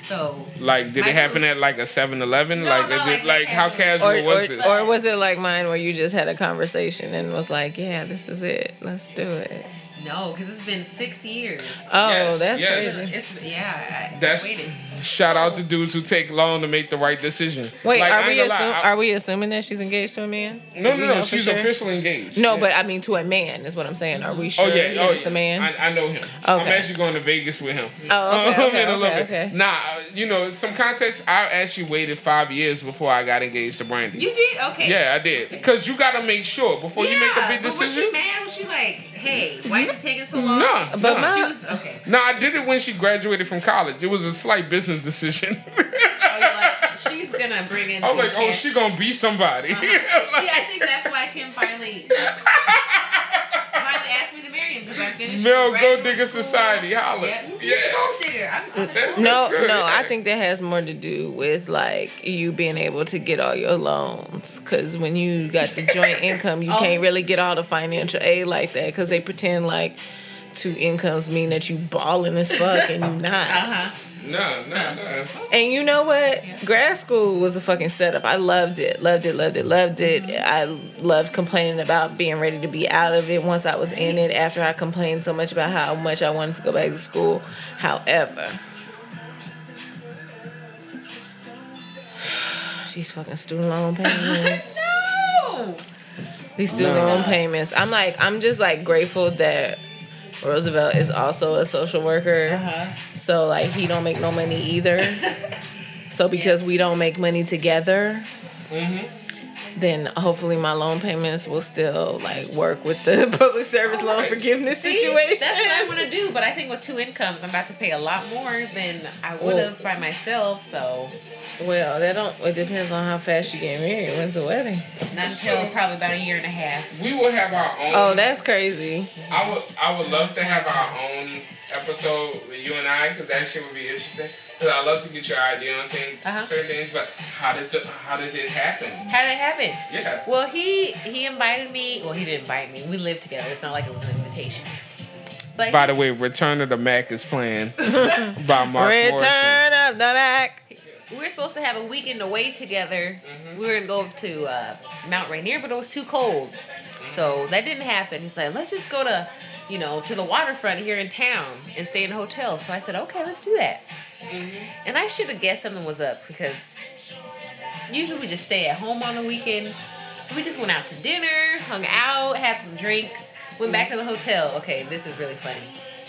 so
Like, did
I
it happen
was-
at like a 7 Eleven?
No,
Like,
no,
is it,
like,
like, how casual
casual.
or,
was
or,
this?
or was it like mine where you just had a conversation and was like, yeah, this is it. Let's do it.
No, because it's been six years.
Oh,
Yes,
that's
yes.
crazy.
It's yeah. I,
Uh, That's
I waited.
shout out to dudes who take long to make the right decision.
Wait,
Like, I
are
ain't
we
gonna
assume,
lie, I-
are we assuming that she's engaged to a man?
No, no,
Do we
no.
know for
She's
sure?
officially engaged.
No, but I mean to a man is what I'm saying. Are we
Oh,
sure that it's a man?
I, I know him. I'm
Okay.
actually going to Vegas with him.
oh, okay,
Um,
okay,
in a little
okay,
bit.
okay.
Nah, you know, some context. I actually waited five years before I got engaged to Brandy.
You did okay.
yeah, I did. Because you got to make sure before you make a big
but was she
decision.
mad? Was she like, hey, why is it taking so long?
No,
But
no.
my-
She was okay.
No, I did it when she graduated from college. It was a slight business decision.
I was like, she's gonna bring in.
I
some
was like, oh,
cash.
she gonna be somebody.
Uh-huh.
See, I think that's why Kim finally finally asked me to marry him because I finished.
Mel Go
graduate
Digger
school.
Society, holla.
Yeah, he's
Yeah.
a gold digger. I'm, I'm a
That's-
No,
good.
no, I think that has more to do with like you being able to get all your loans. Cause when you got the joint income, you
Oh.
can't really get all the financial aid like that. Cause they pretend like two incomes mean that you balling as fuck and you not.
Uh-huh.
No, no, no.
And you know what? Grad school was a fucking setup. I loved it, loved it, loved it, loved it. I loved complaining about being ready to be out of it once I was in it. After I complained so much about how much I wanted to go back to school, however. These fucking student loan payments.
No.
These student
No.
loan payments. I'm like, I'm just like grateful that Roosevelt is also a social worker.
Uh-huh.
So like he don't make no money either. so because we don't make money together, then hopefully my loan payments will still like work with the public service loan forgiveness
See,
situation.
that's what I want to do, but I think with two incomes, I'm about to pay a lot more than I would have by myself. So
well, that don't. It depends on how fast you get married. When's the wedding?
not until probably about a year and a half.
We will have our own.
Oh, that's crazy.
I would I would love to have our own episode with you and I because that shit would be interesting. Because I love to get your idea on things,
Uh-huh.
certain things. But how did the, how did it happen?
How did it happen?
Yeah.
Well, he he invited me. Well, he didn't invite me. We lived together. It's not like it was an invitation. But
By the way, Return of the Mac is playing by Mark
Return of the Mac.
we were supposed to have a weekend away together. We were gonna go to uh, Mount Rainier, but it was too cold, so that didn't happen. He's like, let's just go to, you know, to the waterfront here in town and stay in a hotel. So I said, okay, let's do that. And I should have guessed something was up because usually we just stay at home on the weekends. So we just went out to dinner, hung out, had some drinks, went back to the hotel. Okay, this is really funny.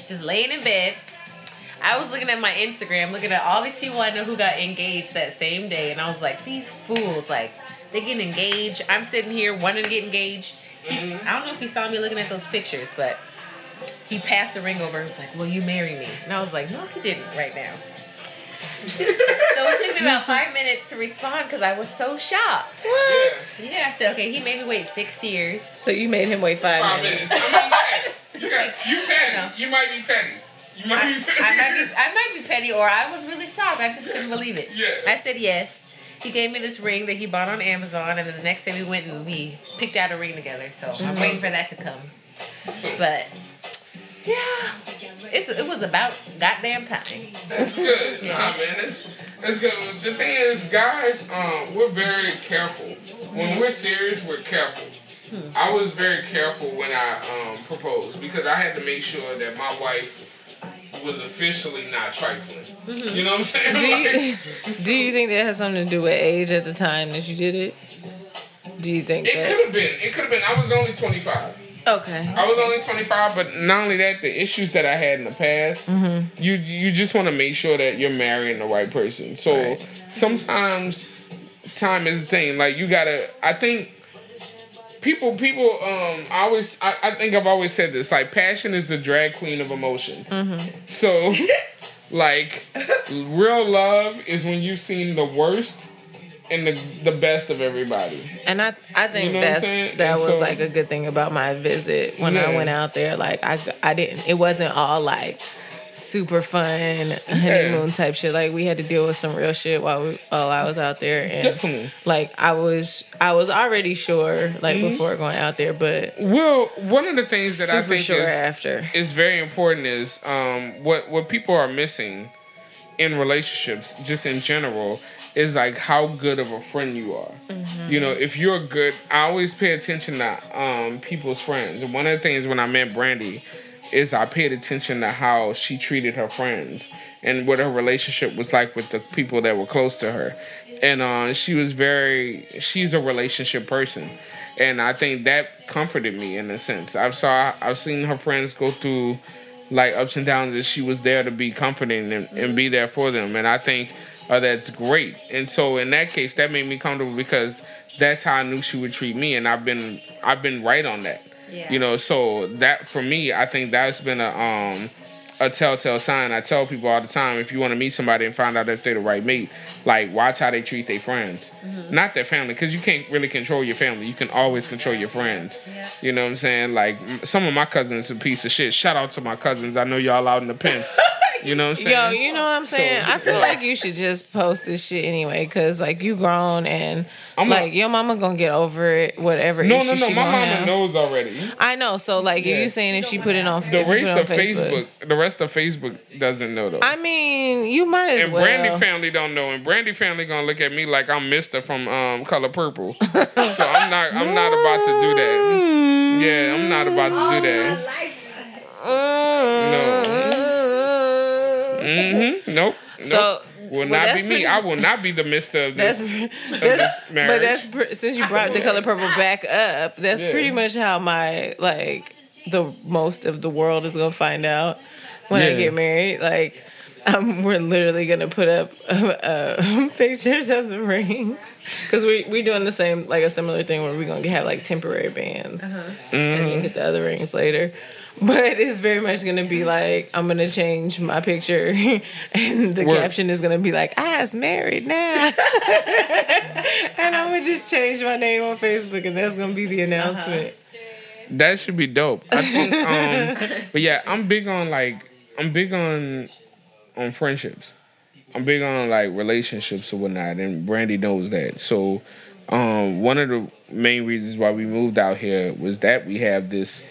Just laying in bed. I was looking at my Instagram, looking at all these people I know who got engaged that same day, and I was like, these fools, like, they getting engaged. I'm sitting here wanting to get engaged. He's, I don't know if he saw me looking at those pictures, but he passed the ring over and was like, Will you marry me? And I was like, No, he didn't right now. so it took me about five minutes to respond because I was so shocked.
What?
Yeah, I said, Okay, he made me wait six years.
So you made him wait five,
Five
minutes.
minutes. I mean, yeah. you got you petty. You might be petty. You might be petty.
I might be I might be petty or I was really shocked. I just couldn't believe it.
Yeah.
I said yes. He gave me this ring that he bought on Amazon and then the next day we went and we picked out a ring together. So
Mm-hmm.
I'm waiting for that to come.
Awesome.
But yeah. It's, it was about goddamn time.
That's good. Nah, man, that's that's good. The thing is, guys, um, we're very careful. When we're serious, we're careful. I was very careful when I um, proposed because I had to make sure that my wife was officially not trifling. You know what I'm saying?
Do you,
Like,
do you think that has something to do with age at the time that you did it? Do you think
it could
that?
have been. It could have been. I was only 25.
Okay.
I was only 25, but not only that, the issues that I had in the past,
Mm-hmm.
you you just want to make sure that you're marrying the right person. So sometimes time is the thing. Like you gotta, I think people people um I always I, I think I've always said this. Like passion is the drag queen of emotions.
Mm-hmm.
So like real love is when you've seen the worst and the the best of everybody.
And I, I think
You know what I'm
that's
saying?
that
And
was
so-
like a good thing about my visit when
Yeah.
I went out there. Like I, I didn't. It wasn't all like super fun honeymoon type shit. Like we had to deal with some real shit while we, while I was out there. And
Definitely.
like I was, I was already sure like before going out there, but
Well, one of the things that
super
I think
sure
is
after.
is very important is um, what what people are missing in relationships, just in general, is like how good of a friend you are. You know, if you're good, I always pay attention to um, people's friends. And one of the things when I met Brandy, is I paid attention to how she treated her friends and what her relationship was like with the people that were close to her. And uh, she was very, she's a relationship person. And I think that comforted me in a sense. I've saw, I've seen her friends go through like ups and downs, and she was there to be comforting and, and be there for them. And I think uh, that's great. And so in that case, that made me comfortable because that's how I knew she would treat me, and I've been, I've been right on that.
Yeah.
You know, so that for me, I think that's been a um a telltale sign. I tell people all the time if you want to meet somebody and find out if they're the right mate, like watch how they treat their friends,
Mm-hmm.
not their family, because you can't really control your family. You can always control your friends. You know what I'm saying? Like m- some of my cousins are piece of shit. Shout out to my cousins. I know y'all out in the pen. You know what I'm
Yo,
saying?
you know what I'm saying? I feel like you should just post this shit anyway, cause like you grown and
I'm
like
a-
your mama gonna get over it, whatever.
no,
issue
no, no.
she
My
gonna
mama
have.
knows already.
I know. So like,
Yeah.
if you saying if she put it on,
The
if you put
rest
it on
of Facebook, the rest of Facebook doesn't know though.
I mean, you might as
and
well.
Brandy family don't know, and Brandy family gonna look at me like I'm Mister from um, Color Purple. so I'm not, I'm not about to do that.
Mm,
Yeah, I'm not about to do that. No. Mm-hmm. Nope. Nope.
mm, So,
will
well,
not be
that's
me.
pretty-
I will not be the Mister of
That's,
this.
that's-
marriage.
but that's pr- since you brought the color purple back up. That's
Yeah.
pretty much how my like the most of the world is gonna find out when I
Yeah.
get married. Like, I'm, we're literally gonna put up uh, uh, pictures of the rings because we we doing the same like a similar thing where we're gonna have like temporary bands and then get the other rings later. But it's very much gonna be like I'm gonna change my picture, and the
Word.
caption is gonna be like "I is married now," and I'm gonna just change my name on Facebook, and that's gonna be the announcement.
That should be dope. I think, um, but yeah, I'm big on like I'm big on on friendships. I'm big on like relationships or whatnot, and Brandy knows that. So, um, one of the main reasons why we moved out here was that we have this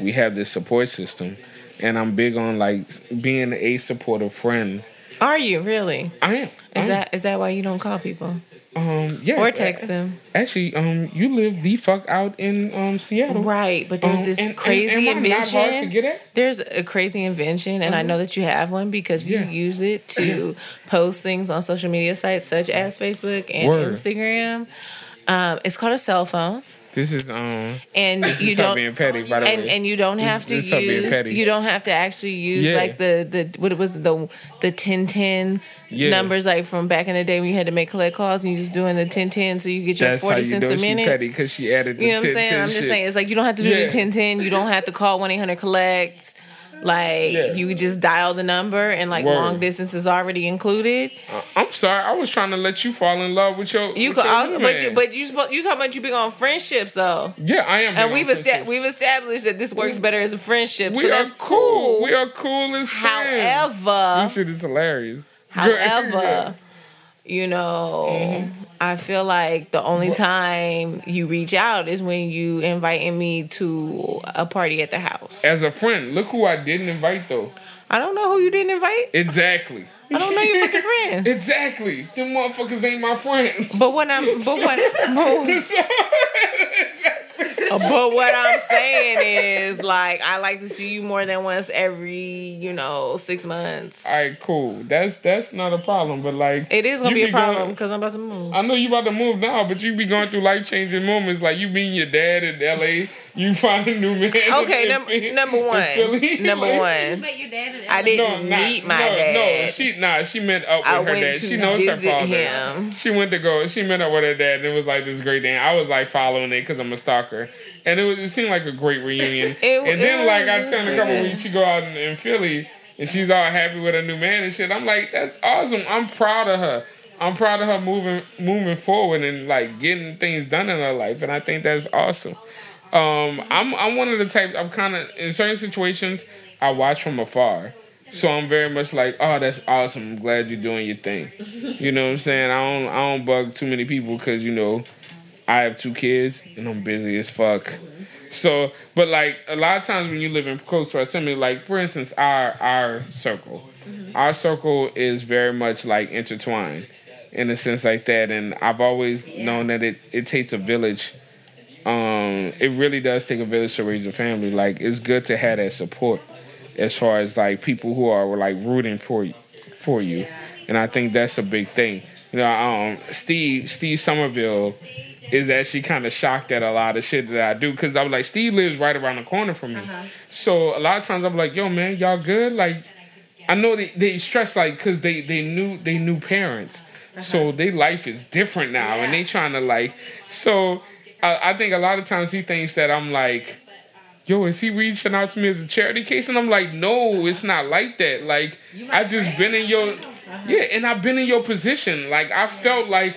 we have this support system, and I'm big on like being a supportive friend.
Are you really?
I am. I
Is
am.
that is that why you don't call people
um yeah
or text them?
Actually, um, you live the fuck out in um Seattle.
Right, but there's
Um,
this
and- and-
crazy
am I not
invention.
hard to get at?
There's a crazy invention, and I know that you have one because you
Mm-hmm. Yeah.
use it to post things on social media sites such as Facebook and
Word.
Instagram. Um, it's called a cell phone,
This is um.
and
This
you
is her
don't.
being petty, by the
and,
way.
and you don't have to
This- this her being
use
petty.
you don't have to actually use
Yeah.
like the the what it was the the ten ten
Yeah.
numbers like from back in the day when you had to make collect calls and you just doing the ten ten so you get your
That's how
forty
you
cents
know
a
she
minute.
petty because she added the
You know what I'm
10,
saying?
10
I'm just
shit.
saying it's like you don't have to do
Yeah.
the 1010. You don't have to call 1 800 collect. Like
Yeah.
you just dial the number and like
Word.
long distance is already included.
Uh, I'm sorry, I was trying to let you fall in love with your.
You
with
could
your
also,
new
but you
man.
but you spo- you talking about you big on friendships though,
yeah, I am.
and
big
we've
on
esta-
friendships.
we've established that this works better as a friendship.
we
so
are
that's
cool.
cool.
We are cool as friends.
However,
this shit is hilarious. Girl,
However, you know,
Mm-hmm.
I feel like the only time you reach out is when you inviting me to a party at the house.
as a friend, look who I didn't invite though.
I don't know who you didn't invite.
Exactly.
I don't know your fucking friends.
Exactly. Them motherfuckers ain't my friends.
but what I'm but what but, but what I'm saying is like I like to see you more than once every, you know, six months.
All right, cool. That's that's not a problem, but like
It is gonna
you
be a
going-
problem because I'm about to move.
I know you about to move now, but you be going through life changing moments. Like you meeting your dad in L.A., you find a new man.
Okay,
in
num-
Philly-
number
in
one.
Philly.
Number
Like,
one.
You met your dad in
I
LA.
didn't
No, not,
meet my
no, No,
dad.
she nah. She met up with
I
her
went
dad.
to
she knows her
visit
father.
him.
She went to go. She met up with her dad, and it was like this great day. I was like following it because I'm a stalker, and it was it seemed like a great reunion.
It-
and then
it
like
was- it
I
was
turned a
pretty
couple
good.
weeks, she go out in, in Philly, and she's all happy with her new man and shit. I'm like, that's awesome. I'm proud of her. I'm proud of her moving moving forward and like getting things done in her life, and I think that's awesome. Um, I'm I'm one of the types. I'm kind of in certain situations. I watch from afar, so I'm very much like, oh, that's awesome. I'm glad you're doing your thing. You know what I'm saying? I don't I don't bug too many people because you know, I have two kids and I'm busy as fuck. So, but like a lot of times when you live in close proximity, like for instance, our our circle, our circle is very much like intertwined in a sense like that. And I've always known that it it takes a village. Um, it really does take a village to raise a family. Like it's good to have that support. as far as like people who are like rooting for you, for you, and I think that's a big thing. You know, um, Steve Steve Somerville is actually kind of shocked at a lot of shit that I do because I'm like Steve lives right around the corner from me, so a lot of times I'm like, yo man, y'all good? Like, I know they, they stress like because they they knew they knew parents, so their life is different now, and they trying to like so. I, I think a lot of times he thinks that I'm like yo, is he reaching out to me as a charity case? And I'm like, no, it's not like that. Like, I just been in your, yeah, and I've been in your position. Like, I felt like,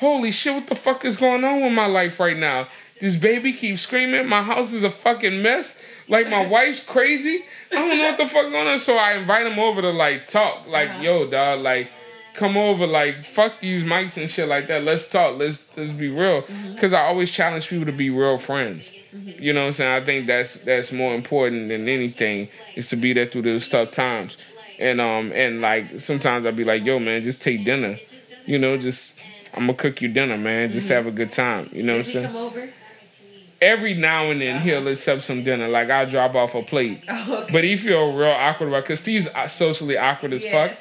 holy shit, what the fuck is going on with my life right now? This baby keeps screaming. My house is a fucking mess. Like, my wife's crazy. I don't know what the fuck going on. So I invite him over to like talk. Like, yo, dog, like. Come over, like fuck these mics and shit like that. Let's talk. Let's let's be real, because I always challenge people to be real friends. You know what I'm saying? I think that's that's more important than anything is to be there through those tough times. And um and like sometimes I'll be like, yo man, just take dinner. You know, just I'm gonna cook you dinner, man. Just have a good time. You know what I'm
Mm-hmm. Does he come
saying?
over?
Every now and then he'll accept some dinner. Like I'll drop off a plate.
Oh,
But he feel real awkward about because Steve's uh, socially awkward as fuck.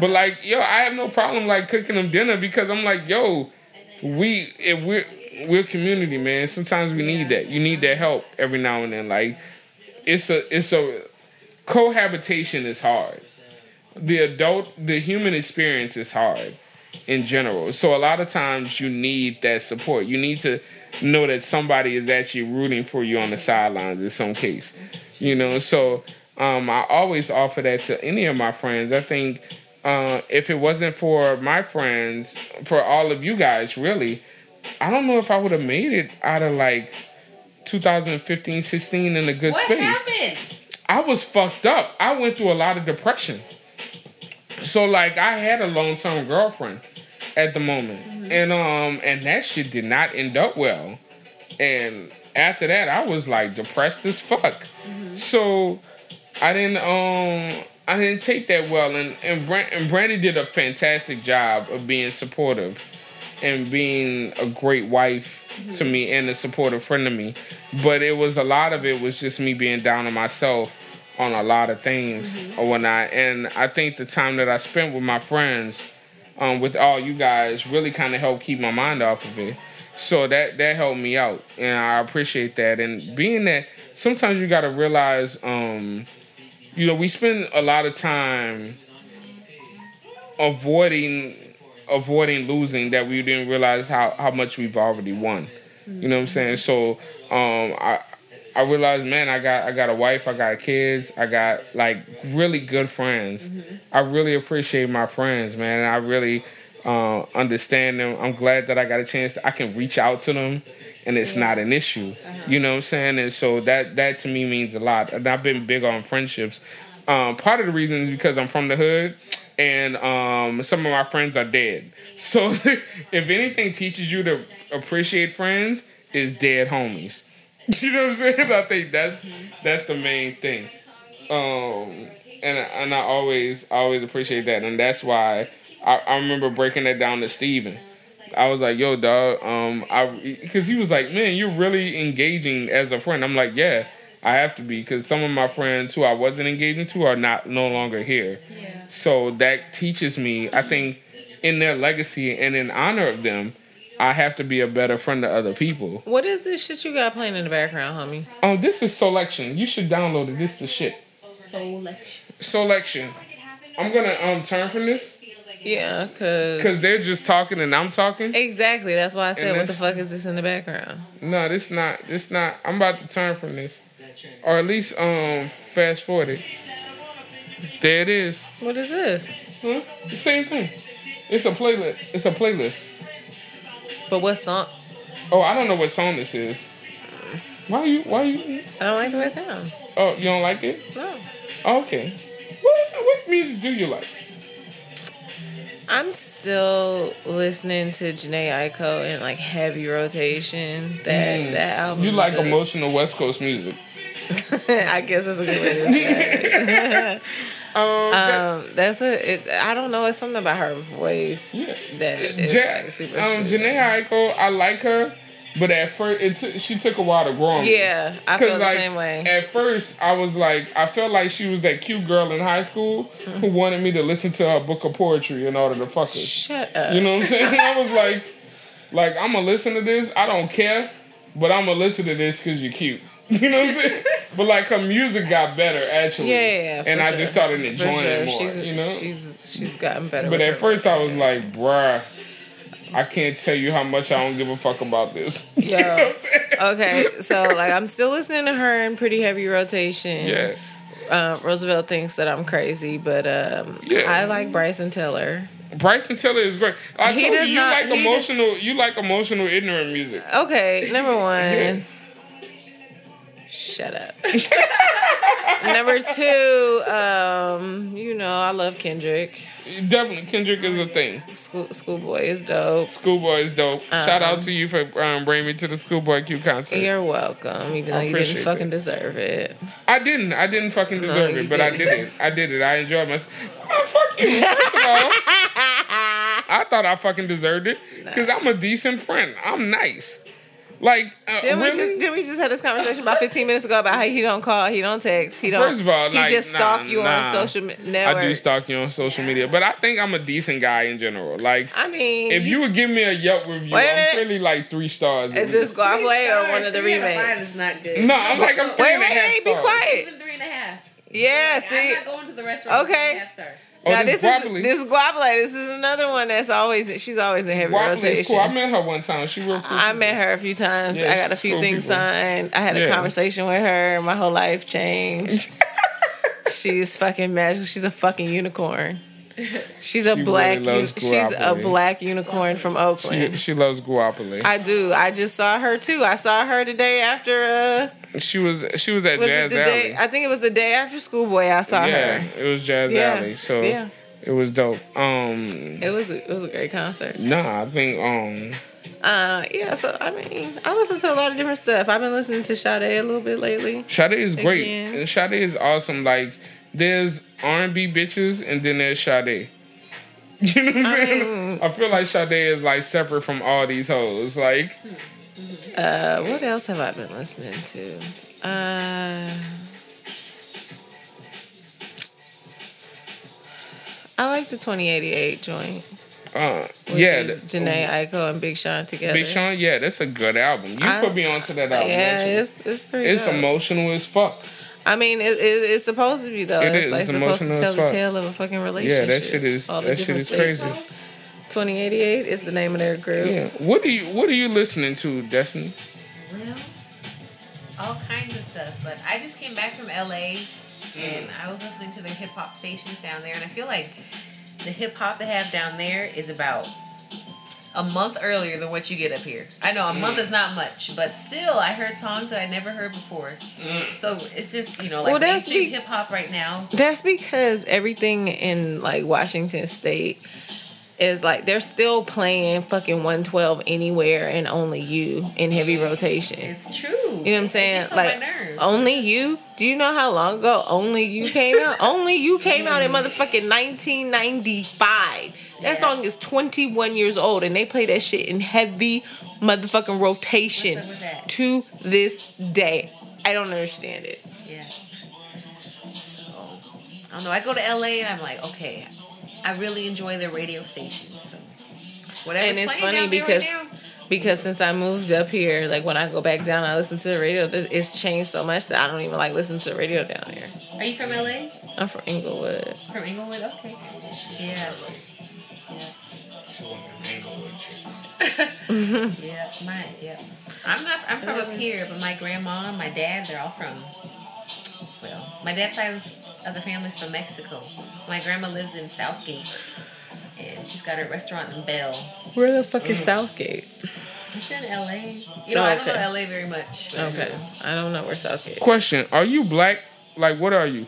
But like, yo, I have no problem like cooking him dinner because I'm like, yo, we if we're we're community, man. Sometimes we need that. You need that help every now and then. Like it's a it's a cohabitation is hard. The adult the human experience is hard in general. So a lot of times you need that support. You need to know that somebody is actually rooting for you on the sidelines in some case. You know, so um, I always offer that to any of my friends. I think uh, if it wasn't for my friends, for all of you guys, really, I don't know if I would have made it out of like 2015, 16 in a good
What
space.
happened?
I was fucked up. I went through a lot of depression. So like I had a long term girlfriend at the moment. And um and that shit did not end up well. And after that I was like depressed as fuck. So I didn't um I didn't take that well and and, Brand- and Brandy did a fantastic job of being supportive and being a great wife to me and a supportive friend to me. But it was a lot of it was just me being down on myself on a lot of things or whatnot. And I think the time that I spent with my friends, um, with all you guys, really kind of helped keep my mind off of it. So that that helped me out, and I appreciate that. And being that sometimes you got to realize, um, you know, we spend a lot of time avoiding avoiding losing that we didn't realize how, how much we've already won. You know what I'm saying? So um I I realized man I got I got a wife, I got kids, I got like really good friends. I really appreciate my friends, man. And I really uh, understand them. I'm glad that I got a chance I can reach out to them and it's not an issue. You know what I'm saying? And so that that to me means a lot. And I've been big on friendships. Um, part of the reason is because I'm from the hood and um, some of my friends are dead. So if anything teaches you to appreciate friends, is dead homies. You know what I'm saying? I think that's that's the main thing. Um, and and I always I always appreciate that, and that's why I, I remember breaking that down to Steven. I was like, "Yo, dog," um, I because he was like, "Man, you're really engaging as a friend." I'm like, "Yeah, I have to be," because some of my friends who I wasn't engaging to are not no longer here.
Yeah.
So that teaches me, I think, in their legacy and in honor of them, I have to be a better friend to other people.
What is this shit you got playing in the background, homie?
Um, this is selection. You should download it. This the shit. Selection. I'm gonna um turn from this
Yeah, cause
because they're just talking and I'm talking.
exactly. That's why I said,
And
what the
that's-
fuck is this in the background?
No, this not. This not. I'm about to turn from this, or at least um fast forward it. There it is.
What is this?
Huh? The same thing. It's a playlist. It's a playlist.
But what song?
Oh, I don't know what song this is. Why you? Why you?
I don't like the way it sounds.
Oh, you don't like it?
No.
Okay. What, what music do you like?
I'm still listening to Janae Aiko in like heavy rotation. That that album.
Mm-hmm. You like
does-
emotional West Coast music.
I guess that's a good way to say it.
Um, that-
um, that's a. It, I don't know. It's something about her voice
Yeah.
that is
Ja-
like super.
um,
soothing.
Janae Eichel, I like her. But at first, it took she took a while to grow on me.
Yeah, I
Cause
feel
like eh,
the same way.
at first I was like I felt like she was that cute girl in high school who
Mm-hmm.
wanted me to listen to her book of poetry in order to fuck her.
Shut up.
You know what I'm saying? I was like, like I'm gonna listen to this. I don't care, but I'm gonna listen to this because you're cute. You know what I'm saying? but like her music got better actually.
yeah, yeah, yeah, for
and I
sure.
just started
For
enjoying it more.
sure. She's,
you know.
she's she's gotten better.
but
with
at
her
first I was like, bruh. I can't tell you how much I don't give a fuck about this. You know
Yo.
what I'm saying?
okay, so like I'm still listening to her in pretty heavy rotation.
Yeah.
Uh, Roosevelt thinks that I'm crazy, but um,
Yeah.
I like Bryson Tiller.
Bryson Tiller is great. I
He
told you
does
you
not-
like
he does-
emotional you like emotional ignorant music.
Okay, number one. Shut up. number two, um, you know I love Kendrick.
Definitely Kendrick is a thing.
School Schoolboy is dope.
Schoolboy is dope.
Uh-huh.
Shout out to you for um, bringing me to the Schoolboy Q concert.
You're welcome, even though
I
you didn't
appreciate
fucking
that.
deserve it.
I didn't. I didn't fucking deserve
you
it, but I did
didn't.
it. I did it. I enjoyed myself. Oh, fuck you. First of all, I thought I fucking deserved it because I'm a decent friend. I'm nice. Like, uh,
Didn't
really?
we just didn't we just have this conversation about 15 minutes ago about how he don't call, he don't text, he don't.
First of all,
he
like,
just
nah,
stalk you
nah.
on social me-
I
networks.
do stalk you on social media, but I think I'm a decent guy in general. Like,
I mean,
if you would give me a Yelp review,
Wait a
I'm
minute.
really like three stars.
is this Guavle or one of the
Mine
remakes?
is not good.
No, I'm like, I'm three
Wait,
and a
wait,
half
hey, be
stars.
quiet.
Even three and a half.
Yeah,
Like, I'm
see.
not going to the restaurant. with
Okay.
three and a half stars.
Oh,
now
this
this,
Guavale.
is this Guavle. This is another one that's always she's always in heavy
Guavale is
rotation.
cool. I met her one time. She real cool.
I met her a few times.
Yeah,
I got a
she's
few
cool
things
people.
signed. I had a
Yeah.
conversation with her. My whole life changed. she's fucking magical. She's a fucking unicorn. She's a
She
black.
really loves
uni- she's a
Guapoli.
black unicorn from Oakland.
She, she loves Guapoli.
I do. I just saw her too. I saw her today after uh
She was she was at
was
Jazz
it the
Alley.
day I think it was the day after schoolboy I saw
yeah,
her.
it was Jazz
Yeah,
Alley. So
yeah.
it was dope. Um
It was a, it was a great concert.
nah, I think um
Uh yeah, so I mean, I listen to a lot of different stuff. I've been listening to Sade a little bit lately.
Sade is great.
Again.
And Sade is awesome. Like there's R and B bitches and then there's Sade. You know what I'm
Mm.
saying? I feel like Sade is like separate from all these hoes. Like
Uh what else have I been listening to? Uh I like the 2088 joint,
uh
which
yeah.
is
th-
Janae Aiko and Big Sean together.
Big Sean, yeah, that's a good album. You
I-
put me onto that album.
yeah,
actually.
it's it's pretty.
It's
dope.
emotional as fuck.
I mean, it, it, it's supposed to be though.
It
it's
is.
like
It's
supposed to
emotional
tell
as
the
fuck.
tale of a fucking relationship.
Yeah, that shit is
All the
that shit
different
is
stages.
crazy.
2088 is the name of their group.
Yeah. What are you What are you listening to, Destiny?
Well, all kinds of stuff. But I just came back from LA and I was listening to their hip hop stations down there, and I feel like the hip hop they have down there is about a month earlier than what you get up here. I know a month is not much, but still, I heard songs that I never heard before. So it's just you know like
Well, that's
mainstream
be-
hip hop right now.
That's because everything in like Washington State is like they're still playing fucking 112 anywhere and only you in heavy rotation.
It's true. You know
You know what I'm saying? Like
my nerves.
only you. Do you know how long ago only you came out? only you came out in
Mm-hmm.
motherfucking 1995. That song is 21 years old, and they play that shit in heavy motherfucking rotation
What's up with that?
to this day. I don't understand it.
Yeah. So, I don't know. I go to LA and I'm like, okay, I really enjoy the radio stations. So whatever.
And it's funny because because since I moved up here, like when I go back down, I listen to the radio. th- It's changed so much that I don't even like listen to the radio down here.
are you from LA?
I'm from Inglewood.
From Inglewood? Okay. Yeah. Yeah. My yeah. I'm not. I'm from up here, but my grandma and my dad, they're all from. Well, my dad's side of the family's from Mexico. My grandma lives in Southgate, and she's got a restaurant in Bell.
Where the fuck is Southgate?
It's in LA. You know, I don't
Okay.
know LA very much. but-
Okay, I don't know where Southgate.
Question: Are you black? Like, what are you?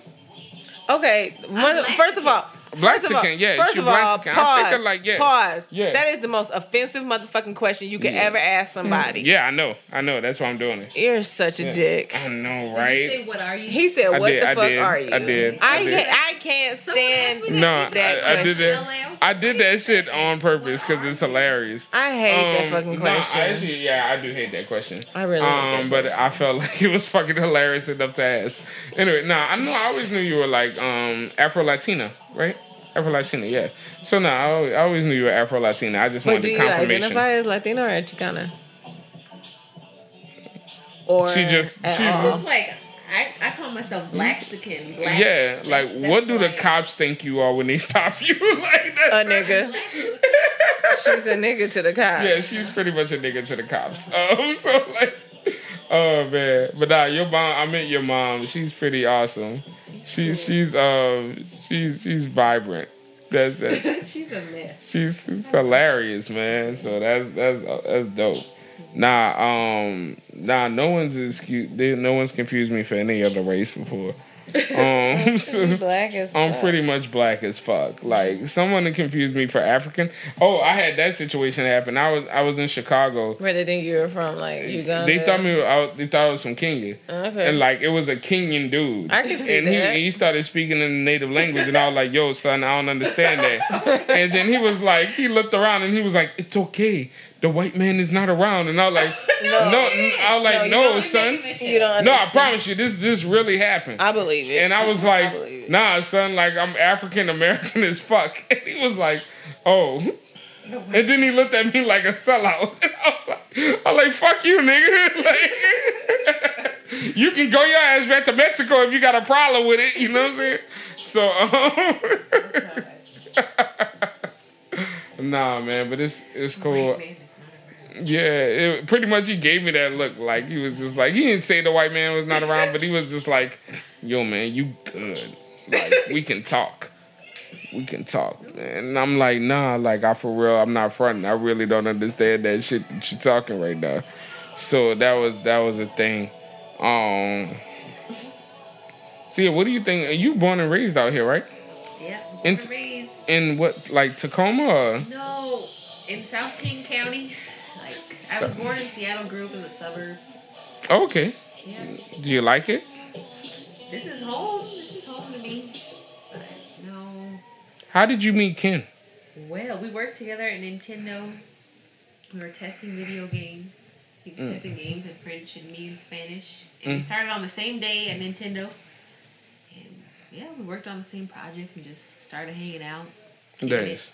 Okay, one,
Black
first of all.
Black
First of all,
skin, yeah,
first
she
of
black
all,
skin.
pause.
I'm thinking like, yeah.
Pause.
Yeah.
That is the most offensive motherfucking question you could
Yeah.
ever ask somebody.
Yeah, I know, I know. That's why I'm doing it.
You're such a dick.
I know,
Did
right?
you say what are you?
He said,
I
"What
did,
the
I
fuck
did,
are you?"
I did, I
I
did.
can't, I can't
Someone asked
stand.
me that
No,
recently.
I, I did
question.
that.
LA. I was
I did that shit on purpose because it's hilarious.
I hate
Um,
that fucking
no, I
question.
actually, yeah, I do hate that question.
I really hate that
um, but I felt like it was fucking hilarious enough to ask. Anyway, no, I know I always knew you were like um Afro Latina, right? Afro Latina, yeah. So no, I always, I always knew you were Afro Latina. I just
but
wanted
do you
confirmation.
identify as Latino or Chicana? Or
She just-
at
she-
all?
It's like I, I call myself Blaxican. Black.
yeah, like
That's-
what do
that's
the
why-
cops think you are when they stop you? like that.
a nigga. She's a nigga to the cops.
Yeah, she's pretty much a nigga to the cops. Um, so like, oh man, but nah, your mom. I met your mom. She's pretty awesome. She she's um she's she's vibrant. That's that.
She's a myth.
She's, she's hilarious, man. So that's that's that's dope. Nah, um, nah, no one's excuse. No one's confused me for any other race before. Um, so-
She black as
I'm
fuck.
pretty much black as fuck. Like someone that confused me for African. Oh, I had that situation happen. I was I was in Chicago.
Where they think you were from, like Uganda.
They thought me. I, was- they thought I was from Kenya,
Okay.
and like it was a Kenyan dude.
I can see
and
that.
he, he started speaking in the native language, and I was like, "Yo, son, I don't understand that." and then he was like, he looked around and he was like, "It's okay, the white man is not around." And I was like, "No, I was like,
No,
no,
you
son,
you don't.
no, I
understand.
promise you, this this really happened."
I believe it.
And I was
believe
like,
it.
nah, son, like I'm African American as fuck. And he was like, oh. And then he looked at me like a sellout. And I was like, I was like fuck you, nigga. like, you can go your ass back to Mexico if you got a problem with it. You know what I'm saying? So, um, nah, man, but it's it's cool. Yeah, it, pretty much he gave me that look. Like he was just like he didn't say the white man was not around, but he was just like, "Yo, man, you good? Like we can talk, we can talk." And I'm like, "Nah, like I for real, I'm not fronting. I really don't understand that shit that you're talking right now." So that was that was a thing. Um, see, what do you think? Are you born and raised out here, right?
Yeah.
In-
Born and raised.
In what, like Tacoma? Or?
No, in South King County. Like I was born in Seattle, grew up in the suburbs.
oh, Okay.
Yeah.
Do you like it?
This is home. This is home to me. But no.
How did you meet Ken?
Well, we worked together at Nintendo. We were testing video games. He was testing games in French and me in Spanish. And we started on the same day at Nintendo. And yeah, we worked on the same projects and just started hanging out. Kicking it.
Nice.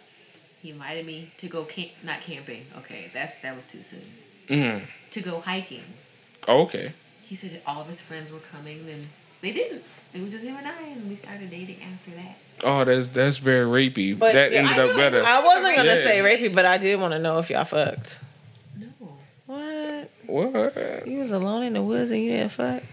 He invited me to go camp, not camping. Okay, that's that was too soon.
Mm.
To go hiking.
Oh, Okay.
He said all of his friends were coming, then they didn't. It was just him and I, and we started dating after that.
Oh, that's that's very rapey.
But-
that
yeah,
ended
I
up
know.
better.
I wasn't gonna
Yeah.
say rapey, but I did want to know if y'all fucked.
No.
What?
What?
You was alone in the woods and you didn't fuck?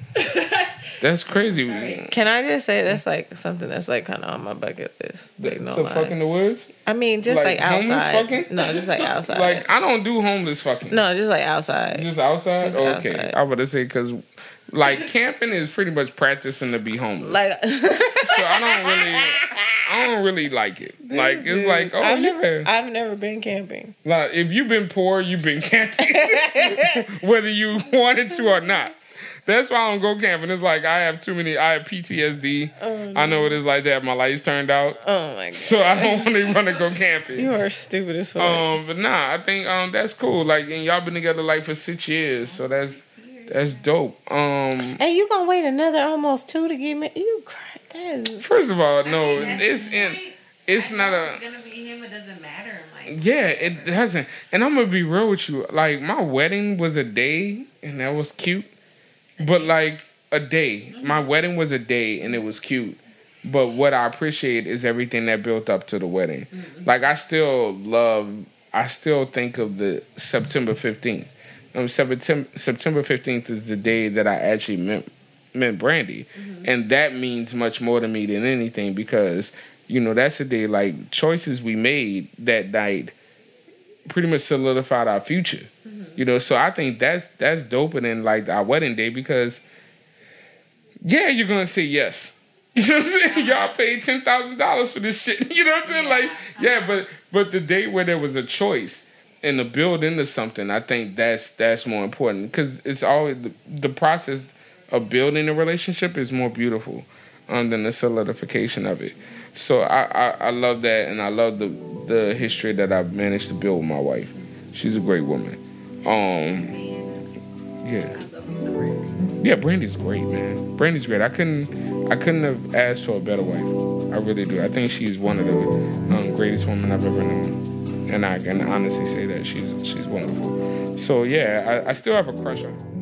That's crazy.
Sorry.
Can I just say that's like something that's like kind of on my bucket list? Like, no
to
lie.
fuck in the woods.
I mean, just
like,
like,
homeless
outside.
fucking?
No, just like outside.
Like Mm. I don't do homeless fucking.
no, just like outside.
Just outside.
Just
okay.
outside.
I would say because like camping is pretty much practicing to be homeless.
like
so I don't really. I don't really like it. Like it's like oh
I've
yeah.
never, I've never been camping.
Like if you've been poor, you've been camping, whether you wanted to or not. That's why I don't go camping. It's like I have too many. I have PTSD.
Oh,
I know it is like that. My lights turned out,
Oh my god,
so I don't want to want to go camping.
you are stupid as fuck.
Um, but nah, I think um that's cool. Like, and y'all been together like for six years, so that's that's dope. Um,
hey, you gonna wait another almost two to get me? You crack that is
first of all, no,
I mean, that's
it's in,
great.
it's
I
not
know It's
a
gonna be him. It doesn't matter. I'm like,
yeah, it hasn't. And I'm gonna be real with you. Like, my wedding was a day, and that was cute, but like a day. My wedding was a day, and it was cute. But what I appreciate is everything that built up to the wedding. Like I still love, I still think of the September fifteenth. Um, September September fifteenth is the day that I actually met met Brandy, and that means much more to me than anything because you know that's the day like choices we made that night pretty much solidified our future. You know, so I think that's that's doper than like our wedding day because yeah, you're gonna say yes. You know what I'm saying? Y'all paid ten thousand dollars for this shit. You know what I'm saying? Like, yeah, but but the day where there was a choice and to build into something, I think that's that's more important because it's always the, the process of building a relationship is more beautiful um, than the solidification of it. So I, I, I love that, and I love the the history that I've managed to build with my wife. She's a great woman. Um,
Man,
yeah,
I love me some Brandy.
yeah. Brandy's great, man. Brandy's great. I couldn't I couldn't have asked for a better wife. I really do. I think she's one of the um, greatest women I've ever known, and I can honestly say that she's she's wonderful. So yeah, I, I still have a crush on her.